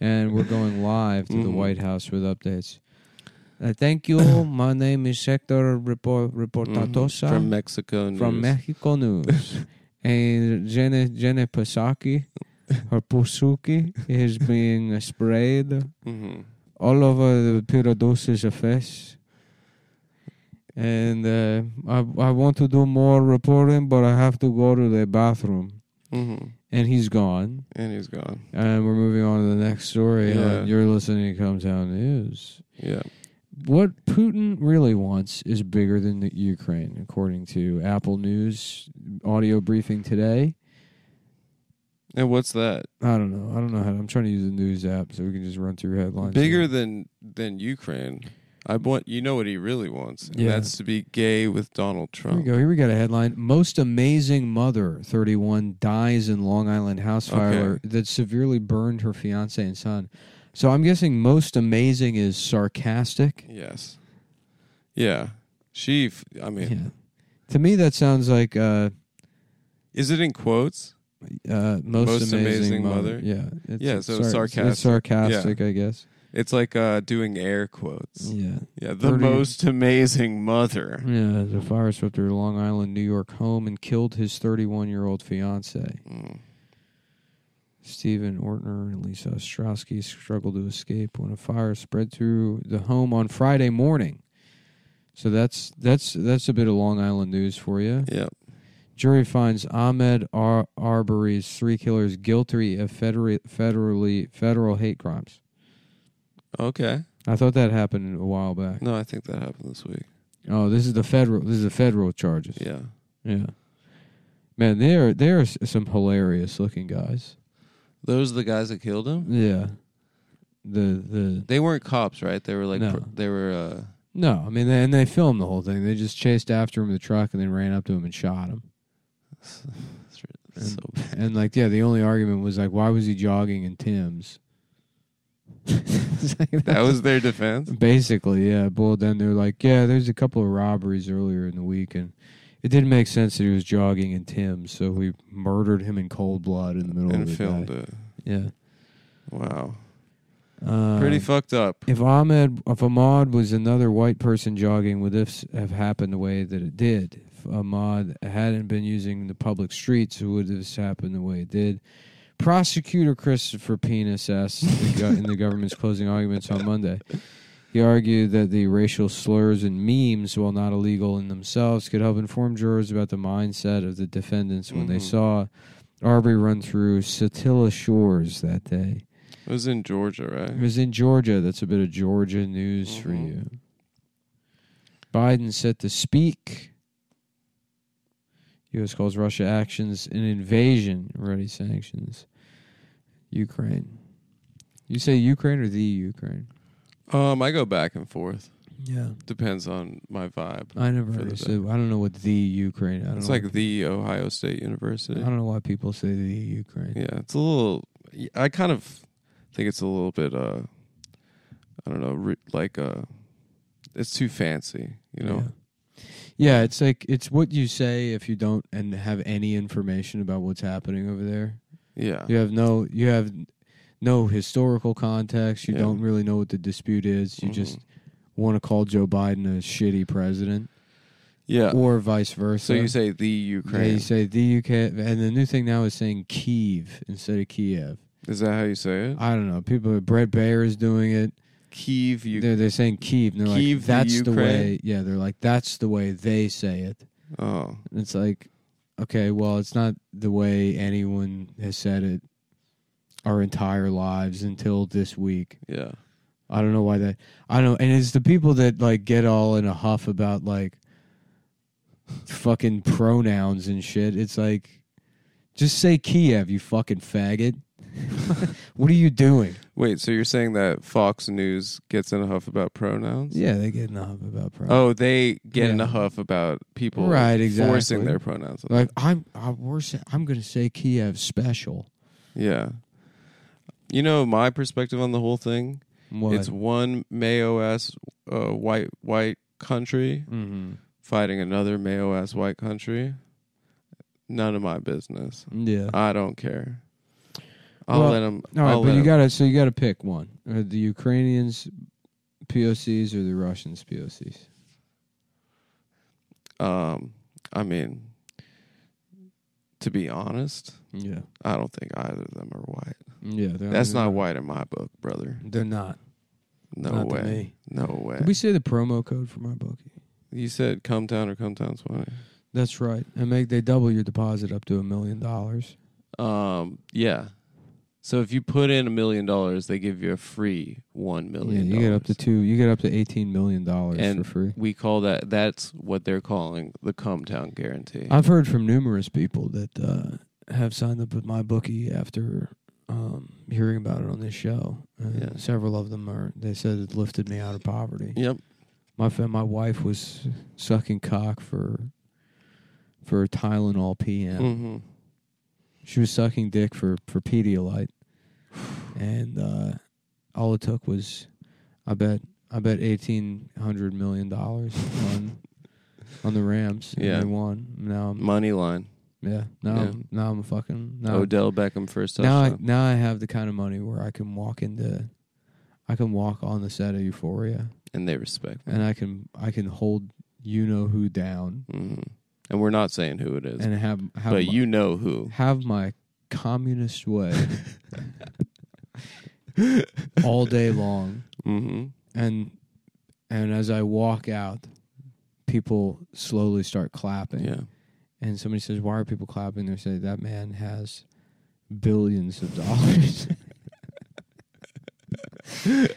S1: and we're going live to the
S2: Mhm.
S1: White House with updates. Uh, thank you. My name is Hector Repo-
S2: Mhm.
S1: Reportatosa
S2: From Mexico. News.
S1: from Mexico News. and Jenna, Jenna Psaki, her pusuki, is being sprayed
S2: Mhm.
S1: all over the Pyrodosis face. And uh, I I want to do more reporting, but I have to go to the bathroom.
S2: Mhm.
S1: And he's gone.
S2: And he's gone.
S1: And we're moving on to the next story.
S2: Yeah.
S1: on you're listening to Come Town News.
S2: Yeah.
S1: What Putin really wants is bigger than the Ukraine, according to Apple News audio briefing today.
S2: And what's that?
S1: I don't know. I don't know how. I'm trying to use the news app so we can just run through headlines.
S2: Bigger than than Ukraine. I want you know what he really wants. And
S1: Yeah.
S2: That's to be gay with Donald
S1: Here we
S2: Trump.
S1: go. Here we got a headline. Most amazing mother, 31, dies in Long Island house fire
S2: Okay.
S1: that severely burned her fiance and son. So I'm guessing most amazing is sarcastic.
S2: Yes. Yeah. She. f- I mean,
S1: To me, that sounds like uh,
S2: is it in quotes?
S1: uh, most,
S2: Most
S1: amazing,
S2: amazing
S1: mother.
S2: mother.
S1: Yeah. It's,
S2: Yeah,
S1: it's
S2: so it's
S1: It's sarcastic, I guess.
S2: It's like uh, doing air quotes.
S1: Yeah.
S2: Yeah, the
S1: Mm. Thirty-
S2: most amazing mother.
S1: Yeah. The fire swept her Long Island, New York home and killed his 31 year old fiance.
S2: Mm.
S1: Stephen Ortner and Lisa Ostrowski struggled to escape when a fire spread through the home on Friday morning. So that's that's that's a bit of Long Island news for you.
S2: Yep.
S1: Jury finds Ahmed Ar- Arbery's three killers guilty of federa- federally federal hate crimes.
S2: Okay.
S1: I thought that happened a while back.
S2: No, I think that happened this week.
S1: Oh, this is the federal. This is the federal charges.
S2: Yeah.
S1: yeah. Man, they are they are s- some hilarious looking guys.
S2: Those are the guys that killed him.
S1: Yeah. The the
S2: They weren't cops, right? They were like
S1: No.
S2: pr- they were. uh
S1: No, I mean, they, and they filmed the whole thing. They just chased after him in the truck and then ran up to him and shot him.
S2: it's re- so bad.
S1: And like, yeah, the only argument was like, why was he jogging in Tim's? It's like,
S2: That
S1: that's-
S2: was their defense.
S1: basically yeah. Boiled down, they're like, yeah, there's a couple of robberies earlier in the week, and it didn't make sense that he was jogging in Tim's, so we murdered him in cold blood in the middle of
S2: And
S1: the
S2: filmed
S1: day.
S2: it.
S1: Yeah,
S2: Wow.
S1: uh,
S2: Pretty fucked up.
S1: if Ahmed, if Ahmad was another white person jogging, would this have happened the way that it did? If Ahmad hadn't been using the public streets, would this happen the way it did? Prosecutor Christopher Penis asked the go- in the government's closing arguments on Monday. He argued that the racial slurs and memes, while not illegal in themselves, could help inform jurors about the mindset of the defendants when they
S2: Mhm.
S1: saw Arbery run through Satilla Shores that day.
S2: It was in Georgia,
S1: It
S2: right?
S1: was in Georgia. That's a bit of Georgia news for
S2: Mhm.
S1: you. Biden set to speak. U.S. calls Russia actions an invasion, already sanctions. Ukraine. You say Ukraine or the Ukraine?
S2: Um, I go back and forth.
S1: Yeah,
S2: Depends on my vibe.
S1: I never
S2: For the
S1: understood. I don't know what the Ukraine. I don't
S2: It's
S1: know
S2: like
S1: why-
S2: the Ohio State University.
S1: I don't know why people say the Ukraine.
S2: Yeah, it's a little. I kind of think it's a little bit. uh I don't know, re- like uh, it's too fancy, you know.
S1: Yeah. Yeah, it's like it's what you say if you don't and have any information about what's happening over there.
S2: Yeah,
S1: You have no you have no historical context. You
S2: Yeah.
S1: don't really know what the dispute is. You just
S2: Mhm.
S1: want to call Joe Biden a shitty president
S2: yeah.
S1: or vice versa.
S2: so you say the
S1: Yeah,
S2: Ukraine?
S1: you say the UK and the new thing now is saying Kiev instead of Kiev.
S2: Is that how you say it?
S1: I don't know. People Brett Bayer is doing it.
S2: Kiev, Ukraine.
S1: They're, they're saying Kiev and they're
S2: Kiev,
S1: like
S2: the
S1: that's the
S2: Ukraine?
S1: way yeah, they're like that's the way they say it.
S2: Oh,
S1: And It's like, okay, well, it's not the way anyone has said it our entire lives until this week.
S2: yeah.
S1: I don't know why that. I don't. And it's the people that like get all in a huff about like fucking pronouns and shit. It's like, just say Kiev, you fucking faggot. what are you doing?
S2: Wait, so you're saying that Fox News gets in a huff about pronouns?
S1: Yeah, they get in a huff about pronouns.
S2: Oh, they get in
S1: Yeah.
S2: a huff about people
S1: Right, exactly.
S2: Oh, forcing their pronouns. on
S1: Like I'm, I, we're, sa- I'm gonna say Kiev special.
S2: them. yeah. You know my perspective on the whole thing.
S1: What?
S2: It's one mayo ass uh, white white country
S1: mm-hmm.
S2: fighting another mayo ass white country. None of my business.
S1: yeah.
S2: I don't care. I'll
S1: Well,
S2: let them.
S1: All right,
S2: I'll
S1: but
S2: let
S1: you
S2: 'em-
S1: gotta so you gotta pick one: Are the Ukrainians POCs or the Russians POCs.
S2: Um, I mean, to be honest,
S1: Yeah,
S2: I don't think either of them are white.
S1: yeah. they're-
S2: That's not white in my book, brother.
S1: They're not.
S2: No
S1: not
S2: way.
S1: To me.
S2: No way.
S1: Did we say the promo code for my bookie?
S2: you said come down or come down twenty.
S1: That's right. And make they double your deposit up to a million dollars.
S2: Um, yeah. So if you put in a million dollars, they give you a free one
S1: Yeah,
S2: million.
S1: you get up to
S2: dollars.
S1: two. You get up to eighteen million dollars for
S2: And-
S1: free.
S2: We call that. That's what they're calling the come down guarantee.
S1: I've heard from numerous people that uh, have signed up with my bookie after um, hearing about it on this show. Uh,
S2: Yeah.
S1: Several of them are. They said it lifted me out of poverty.
S2: yep.
S1: My fa- my wife was sucking cock for for Tylenol PM.
S2: Mm-hmm.
S1: She was sucking dick for for Pedialyte, and uh, all it took was, I bet I bet eighteen hundred million dollars on on the Rams. and
S2: Yeah.
S1: they won. Now I'm
S2: Money line.
S1: yeah now
S2: Yeah. Oh,
S1: I'm, now I'm a fucking now,
S2: Odell Beckham first
S1: now I
S2: touchdown.
S1: now I have the kind of money where I can walk into. I can walk on the set of Euphoria,
S2: and they respect.
S1: and I can I can hold you know who down
S2: Mm-hmm. And we're not saying who it is,
S1: and have have
S2: but
S1: my,
S2: you know who.
S1: have my communist way all day long
S2: Mm-hmm.
S1: and and as I walk out people slowly start clapping
S2: Yeah.
S1: and somebody says why are people clapping they say that man has billions of dollars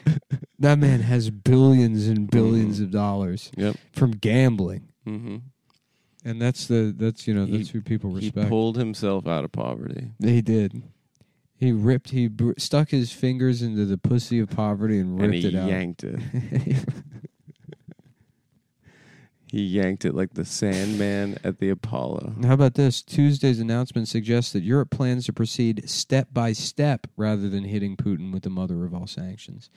S1: that man has billions and 1000000000s
S2: Mhm.
S1: of dollars
S2: Yep.
S1: from gambling
S2: Mm-hmm.
S1: and that's the that's you know
S2: He-
S1: that's who people
S2: He
S1: respect
S2: pulled himself out of poverty.
S1: He did. He ripped. He br- stuck his fingers into the pussy of poverty and
S2: and
S1: ripped
S2: he
S1: it out.
S2: yanked it. He yanked it like the Sandman at the Apollo.
S1: How about this? Tuesday's announcement suggests that Europe plans to proceed step by step rather than hitting Putin with the mother of all sanctions.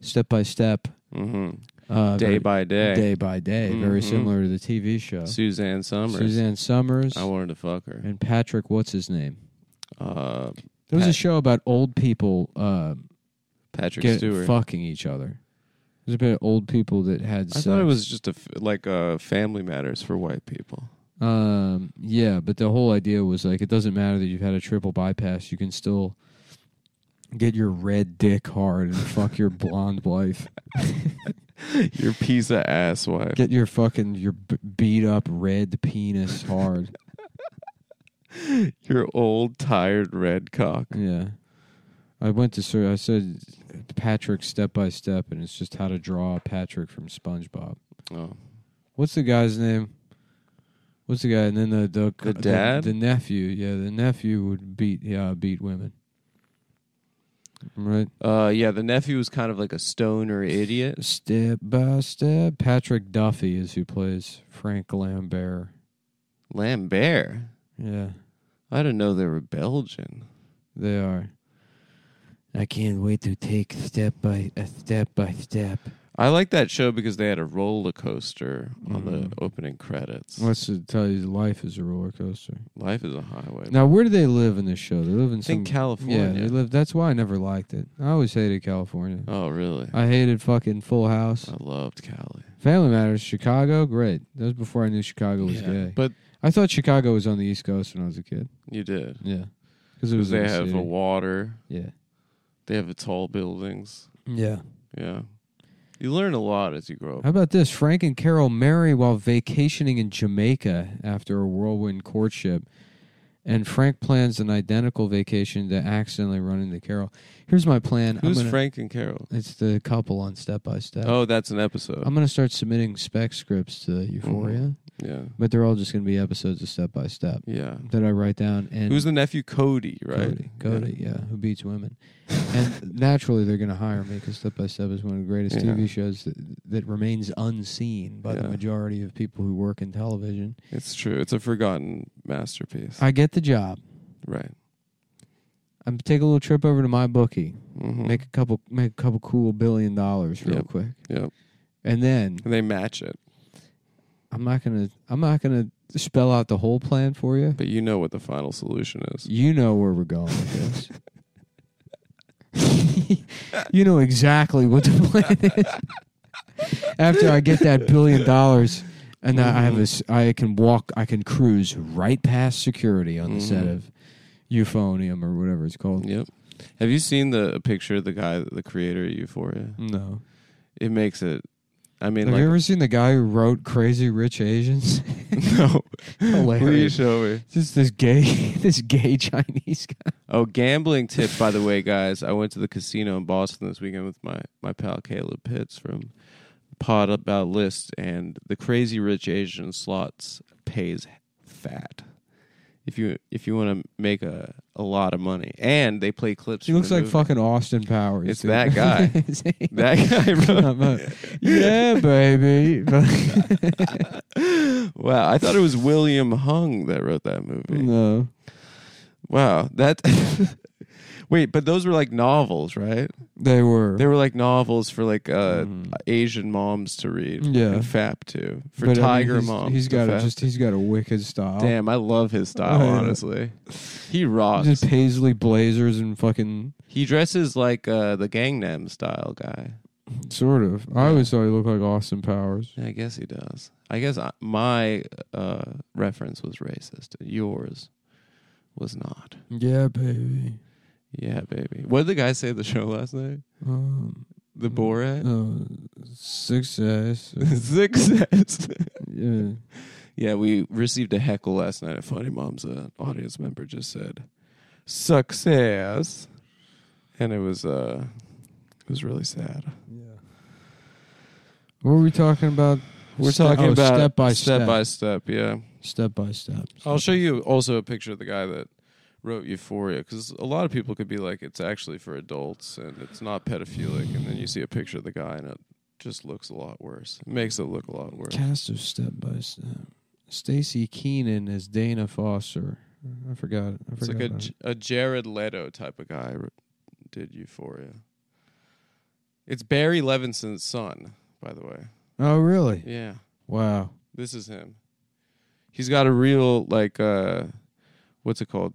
S1: Step by step,
S2: hmm
S1: uh,
S2: Day
S1: very-
S2: by day.
S1: day by day, very
S2: Mhm.
S1: similar to the TV show.
S2: Suzanne Summers.
S1: Suzanne Summers
S2: I wanted to fuck her.
S1: and Patrick. What's his name?
S2: Uh,
S1: There was a
S2: Pat-
S1: show about old people uh,
S2: Patrick
S1: get,
S2: Stewart.
S1: fucking each other. There's a bit of old people that had.
S2: I thought it was just a f- like uh, Family Matters for white people.
S1: Um, yeah, but the whole idea was like it doesn't matter that you've had a triple bypass, you can still get your red dick hard and fuck your blonde wife.
S2: Your piece of ass wife.
S1: Get your fucking your b- beat up red penis hard.
S2: Your old tired red cock.
S1: Yeah. I went to sir I said Patrick step by step and it's just how to draw Patrick from SpongeBob.
S2: Oh.
S1: What's the guy's name? What's the guy? And then the the,
S2: The dad?
S1: the, nephew. Yeah, the nephew would beat yeah beat women. Right.
S2: Uh, yeah, the nephew was kind of like a stoner idiot.
S1: Step by step. Patrick Duffy is who plays Frank Lambert.
S2: Lambert.
S1: Yeah,
S2: I didn't know they were Belgian.
S1: they are. I can't wait to take step by a step by step.
S2: I like that show because they had a roller coaster on
S1: Mhm.
S2: the opening credits.
S1: What's to tell you? Life is a roller coaster.
S2: Life is a highway.
S1: Now, where do they live in this show? They live in
S2: I think
S1: some. yeah, they
S2: California.
S1: live. That's why I never liked it. I always hated California.
S2: oh, really? I,
S1: I hated fucking Full
S2: Oh.
S1: House.
S2: loved Cali.
S1: Family Matters, Chicago, great. That was before I knew Chicago was gay.
S2: But
S1: I thought Chicago was on the East Coast when I was a kid.
S2: you did.
S1: Yeah, because it was
S2: Because
S1: in
S2: they
S1: the
S2: have
S1: city.
S2: the water,
S1: yeah,
S2: they have the tall buildings.
S1: yeah.
S2: Yeah. You learn a lot as you grow
S1: How
S2: up.
S1: about this? Frank and Carol marry while vacationing in Jamaica after a whirlwind courtship. And Frank plans an identical vacation to accidentally run into Carol. Here's my plan. I'm
S2: Who's
S1: gonna-
S2: Frank and Carol?
S1: It's the couple on Step by Step.
S2: Oh, Mm-hmm. that's an episode.
S1: I'm going to start submitting spec scripts to Euphoria,
S2: yeah.
S1: but they're all just going to be episodes of Step by Step
S2: Yeah.
S1: that I write down. And
S2: Who's the nephew? Cody, right?
S1: Cody? Cody, yeah, who beats women. and naturally, they're going to hire me because Step by Step is one of the greatest
S2: Yeah.
S1: TV shows that, that remains unseen by the
S2: Yeah.
S1: majority of people who work in television.
S2: It's true. It's a forgotten masterpiece.
S1: I get the job.
S2: right.
S1: I'm take a little trip over to my bookie,
S2: Mm-hmm.
S1: make a couple, make a couple cool billion dollars real
S2: Yep.
S1: quick,
S2: yep.
S1: and then
S2: And they match it.
S1: I'm not gonna, I'm not gonna spell out the whole plan for you.
S2: But you know what the final solution is.
S1: You know where we're going with this. you know exactly what the plan is. After I get that billion dollars, and I have a s I can walk, I can cruise right past security on the set
S2: Mhm.
S1: of Euphonium or whatever it's called.
S2: Yep. Have you seen the picture of the guy, the creator of Euphoria?
S1: No.
S2: It makes it. I mean,
S1: Have
S2: like
S1: you ever seen the guy who wrote Crazy Rich Asians?
S2: no. Please
S1: Hilarious.
S2: show me.
S1: Just this gay, this gay Chinese guy.
S2: Oh, gambling tip, by the way, guys. I went to the casino in Boston this weekend with my my pal Caleb Pitts from Pod About List, and the Crazy Rich Asian slots pays fat. If you if you want to make a a lot of money, and they play clips.
S1: He
S2: from
S1: looks
S2: the
S1: like
S2: movie.
S1: fucking Austin Powers.
S2: It's
S1: dude.
S2: that guy.
S1: Is he?
S2: that guy. Wrote,
S1: yeah, baby.
S2: wow, I thought it was William Hung that wrote that
S1: Mm.
S2: movie.
S1: no,
S2: Wow, that. Wait, but those were like novels, right?
S1: they were.
S2: They were like novels for like uh,
S1: Mhm.
S2: Asian moms to read.
S1: Yeah.
S2: and fap to for
S1: But, I mean,
S2: Tiger
S1: he's-
S2: Mom.
S1: He's
S2: to
S1: got a
S2: fap
S1: just.
S2: to.
S1: He's got a wicked style.
S2: Damn, I love his style.
S1: Oh, yeah.
S2: Honestly, he rocks.
S1: Just paisley blazers and fucking
S2: he dresses like uh, the Gangnam Style guy.
S1: sort of. I always thought he looked like Austin Powers.
S2: I guess he does. I guess I, my uh, reference was racist. Yours was not.
S1: Yeah, baby.
S2: Yeah, baby. What did the guy say at the show last night?
S1: Um,
S2: The Borat.
S1: uh, success.
S2: Success.
S1: yeah.
S2: Yeah, we received a heckle last night at Funny Moms. An audience member just said, "Success," and it was uh, it was really sad.
S1: Yeah. What were we talking about?
S2: We're
S1: Ste-
S2: talking
S1: oh,
S2: about
S1: step by step.
S2: by step. Yeah,
S1: Step by step.
S2: I'll show you also a picture of the guy that wrote Euphoria because a lot of people could be like, it's actually for adults and it's not pedophilic, and then you see a picture of the guy and it just looks a lot worse. It makes it look a lot worse.
S1: Cast of Step by Step. Stacy Keenan as Dana Foster. I forgot. I
S2: It's like
S1: forgot.
S2: a,
S1: about
S2: J-
S1: it.
S2: a Jared Leto type of guy r- did Euphoria. It's Barry Levinson's son, by the way.
S1: oh, really?
S2: Yeah,
S1: Wow.
S2: this is him. He's got a real like, uh, what's it called?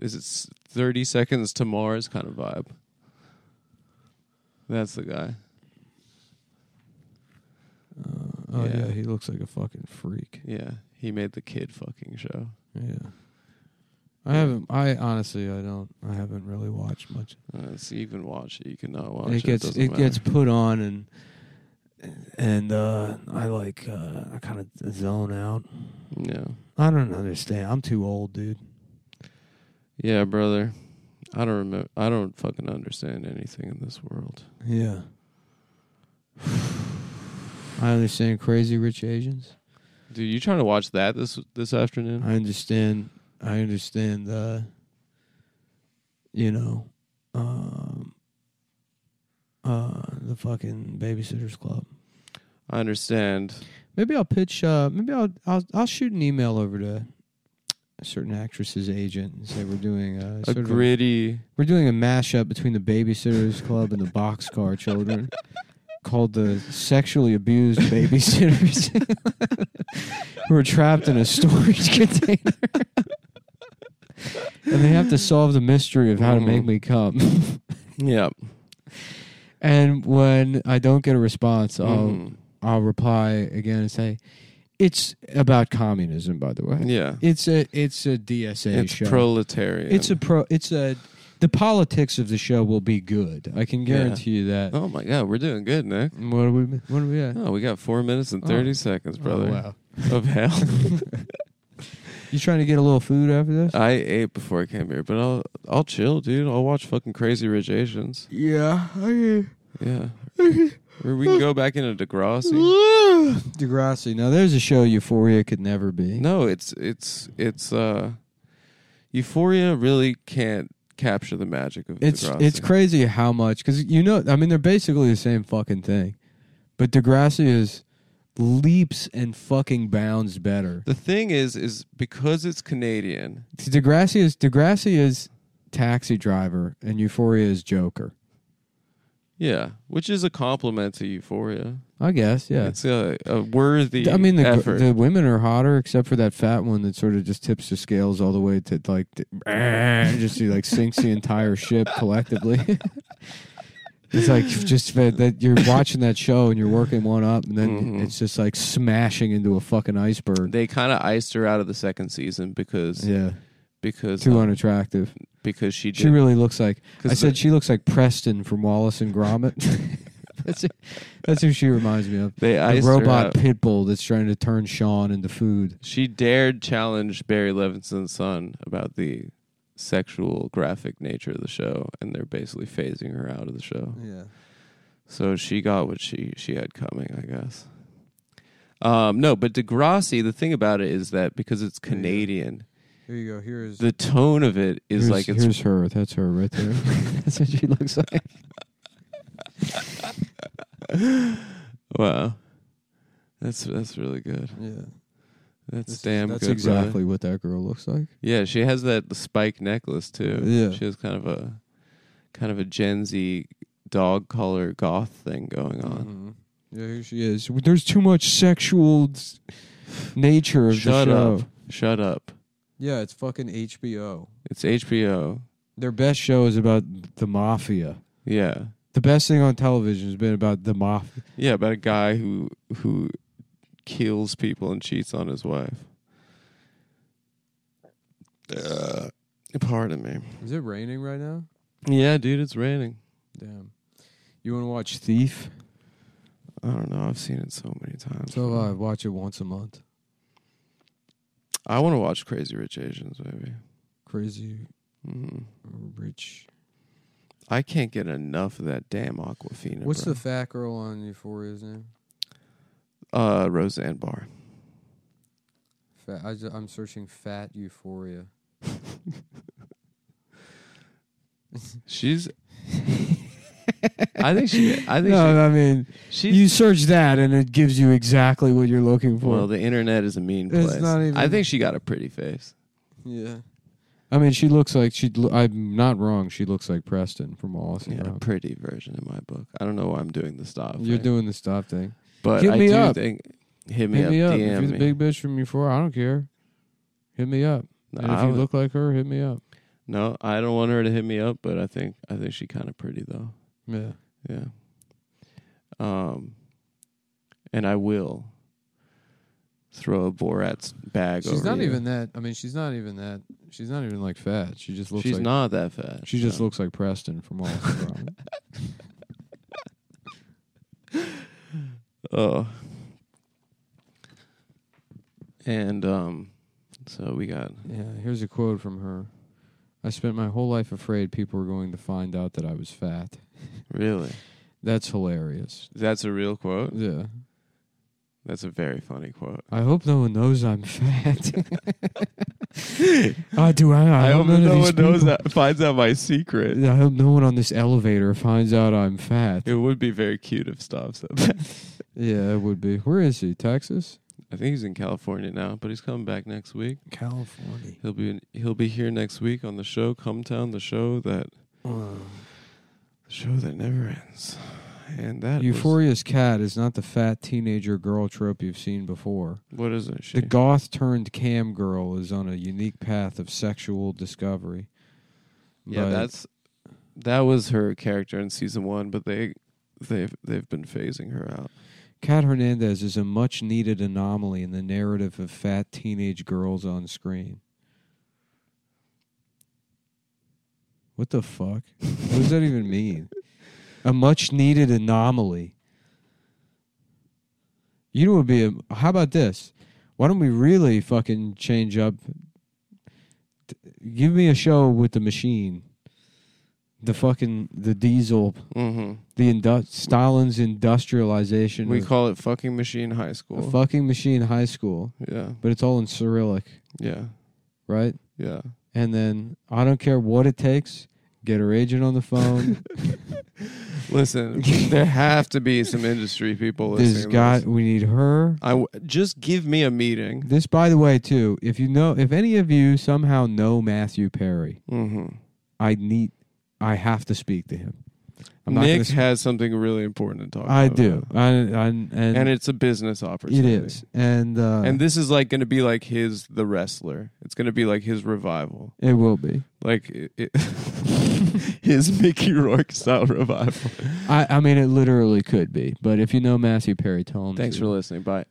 S2: Is it s- Thirty Seconds to Mars kind of vibe? That's the guy.
S1: Uh, oh yeah.
S2: Yeah.
S1: he looks like a fucking freak.
S2: Yeah, he made the kid fucking show.
S1: Yeah. I haven't. I honestly, I don't. I haven't really watched much.
S2: Uh, so you can watch it. You cannot watch it.
S1: it gets
S2: doesn't
S1: it
S2: matter.
S1: gets put on and and uh, I like uh, I kind of zone out.
S2: yeah.
S1: I don't understand. I'm too old, dude.
S2: Yeah, brother. I don't remember. I don't fucking understand anything in this world.
S1: Yeah. I understand crazy rich Asians.
S2: Dude, you trying to watch that this this afternoon?
S1: I understand. I understand. Uh, you know, um, uh, the fucking Babysitters Club.
S2: I understand.
S1: Maybe I'll pitch. Uh, maybe I'll, I'll I'll shoot an email over to a certain actress's agent and say we're doing a,
S2: A
S1: sort of a-
S2: gritty.
S1: we're doing a mashup between the Babysitters Club and the Boxcar Children, called the Sexually Abused Babysitters, who are trapped in a storage container, and they have to solve the mystery of how to make
S2: Mhm.
S1: me come.
S2: Yeah.
S1: And when I don't get a response, I'll
S2: Mhm.
S1: I'll reply again and say, "It's about communism, by the way.
S2: Yeah.
S1: It's a it's a DSA
S2: It's
S1: show.
S2: proletarian.
S1: it's a pro. It's a the politics of the show will be good. I can
S2: Yeah.
S1: guarantee you that.
S2: Oh my god, we're doing good, Nick.
S1: What are we? What are we at?
S2: Oh, we got four minutes and
S1: Oh.
S2: thirty seconds, brother.
S1: Oh, wow.
S2: Of hell,
S1: You trying to get a little food after this?
S2: I ate before I came here, but I'll I'll chill, dude. I'll watch fucking Crazy Rich Asians.
S1: yeah.
S2: Yeah, or we can go back into Degrassi.
S1: Degrassi. Now there's a show Euphoria could never be.
S2: No, it's it's it's uh, Euphoria really can't capture the magic of
S1: It's
S2: Degrassi.
S1: it's crazy how much because you know I mean they're basically the same fucking thing, but Degrassi is leaps and fucking bounds better.
S2: the thing is, is because it's Canadian.
S1: Degrassi is Degrassi is Taxi Driver and Euphoria is Joker.
S2: Yeah, which is a compliment to Euphoria.
S1: I guess yeah.
S2: it's a, a worthy.
S1: I mean the gr-
S2: effort.
S1: the women are hotter except for that fat one that sort of just tips the scales all the way to like to- just she like sinks the entire ship collectively. It's like you've just been, that you're watching that show and you're working one up, and then
S2: Mhm.
S1: it's just like smashing into a fucking iceberg.
S2: they kind of iced her out of the second season because
S1: yeah,
S2: because uh,
S1: too unattractive.
S2: because she did
S1: She really looks like I
S2: 'cause
S1: said
S2: the-
S1: she looks like Preston from Wallace and Gromit. that's who- that's who she reminds me of.
S2: they
S1: The
S2: iced her
S1: robot
S2: out.
S1: pit bull that's trying to turn Sean into food.
S2: she dared challenge Barry Levinson's son about the sexual graphic nature of the show and they're basically phasing her out of the show.
S1: Yeah.
S2: So she got what she she had coming, I guess. Um no, but Degrassi, the thing about it is that because it's
S1: Yeah, yeah.
S2: Canadian,
S1: Here you go. Here is
S2: the tone of it is
S1: here's,
S2: like it's
S1: here's her. That's her right there. that's what she looks like.
S2: wow. That's that's really good.
S1: Yeah.
S2: That's
S1: That's,
S2: damn
S1: that's
S2: good. brother.
S1: exactly what that girl looks like.
S2: Yeah, she has that spike necklace too.
S1: Yeah.
S2: she has kind of a kind of a Gen Z dog collar goth thing going on.
S1: Mm-hmm. Yeah, here she is. There's too much sexual s- nature of
S2: Shut
S1: the show.
S2: up! Shut up!
S1: Yeah, it's fucking HBO.
S2: It's HBO.
S1: Their best show is about the mafia.
S2: Yeah,
S1: The best thing on television has been about the mafia.
S2: yeah, about a guy who who kills people and cheats on his wife. Uh, pardon me.
S1: Is it raining right now?
S2: Yeah, dude, it's raining.
S1: Damn. You want to watch Thief?
S2: I don't know. I've seen it so many times.
S1: So uh, I watch it once a month.
S2: I want to watch Crazy Rich Asians, maybe.
S1: Crazy
S2: hmm
S1: Rich.
S2: I can't get enough of that damn Aquafina.
S1: What's
S2: bro.
S1: the fat girl on Euphoria's name?
S2: Uh, Roseanne Barr.
S1: Fat, I ju- I'm searching fat Euphoria.
S2: She's. I think she. I think
S1: I mean,
S2: she, she's.
S1: search that and it gives you exactly what you're looking
S2: well, the internet is a mean
S1: It's
S2: place.
S1: not even-
S2: I think she got a pretty face.
S1: yeah. I mean, she looks like she. I'm not wrong. She looks like Preston from Wallace and
S2: Yeah, a
S1: Gromit.
S2: pretty version in my book. I don't know why I'm doing the stop.
S1: You're
S2: thing,
S1: doing the stop thing.
S2: but
S1: hit
S2: I
S1: me
S2: do
S1: up.
S2: think. Hit me
S1: Hit
S2: up.
S1: me up. If
S2: DM
S1: you're
S2: me.
S1: the big bitch from Euphoria, I don't care. Hit me up.
S2: no,
S1: And if
S2: I
S1: you
S2: would-
S1: look like her, hit me up.
S2: no, I don't want her to hit me up, but I think I think she kind of pretty though.
S1: Yeah.
S2: Yeah. Um. And I will throw a Borat's bag over.
S1: She's not
S2: you.
S1: even that. I mean, she's not even that. She's not even like fat. She just looks.
S2: She's
S1: like,
S2: not that fat.
S1: She just
S2: so.
S1: looks like Preston from All Around.
S2: Oh. And um so we got
S1: yeah. Here's a quote from her. I spent my whole life afraid people were going to find out that I was fat.
S2: really.
S1: That's hilarious.
S2: That's a real quote.
S1: Yeah.
S2: That's a very funny quote.
S1: I hope no one knows I'm fat. I Ah, do. I, I,
S2: I hope
S1: don't know
S2: that no
S1: these
S2: one knows
S1: people.
S2: that finds out my secret.
S1: I hope no one on this elevator finds out I'm fat.
S2: It would be very cute if Stav said that.
S1: Yeah, it would be. Where is he? Texas?
S2: I think he's in California now, but he's coming back next week.
S1: California.
S2: He'll be in, he'll be here next week on the show Come Town, the show that the show that never ends. And that was-
S1: Euphoria's cat is not the fat teenager girl trope you've seen before.
S2: what is it? She,
S1: The goth turned cam girl is on a unique path of sexual discovery.
S2: yeah,
S1: But-
S2: that's that was her character in season one, but they they've they've been phasing her out.
S1: Kat Hernandez is a much needed anomaly in the narrative of fat teenage girls on screen. What the fuck? what does that even mean? A much needed anomaly. You know what would be a how about this? Why don't we really fucking change up T- give me a show with the machine. The fucking the diesel
S2: hmm
S1: the indu- Stalin's industrialization
S2: We
S1: of-
S2: call it fucking machine high school.
S1: a fucking machine high school,
S2: yeah,
S1: but it's all in Cyrillic,
S2: yeah,
S1: right?
S2: yeah.
S1: And then I don't care what it takes, get her agent on the phone.
S2: Listen, there have to be some industry people listening.
S1: this
S2: to
S1: guy,
S2: this.
S1: we need her.
S2: I w- just give me a meeting.
S1: This, by the way, too, if you know, if any of you somehow know Matthew Perry,
S2: Mm-hmm.
S1: I need, I have to speak to him. I'm not gonna
S2: Nick
S1: s-
S2: has something really important to talk
S1: I
S2: about.
S1: do. I, I and,
S2: And
S1: it
S2: it's a business opportunity.
S1: is, and uh,
S2: And this is like going to be like his The Wrestler. It's going to be like his revival.
S1: it will be.
S2: Like it, it- his Mickey Rourke style revival.
S1: I, I mean, it literally could be. But if you know Matthew Perry, tell him.
S2: Thanks
S1: to-
S2: for listening. Bye.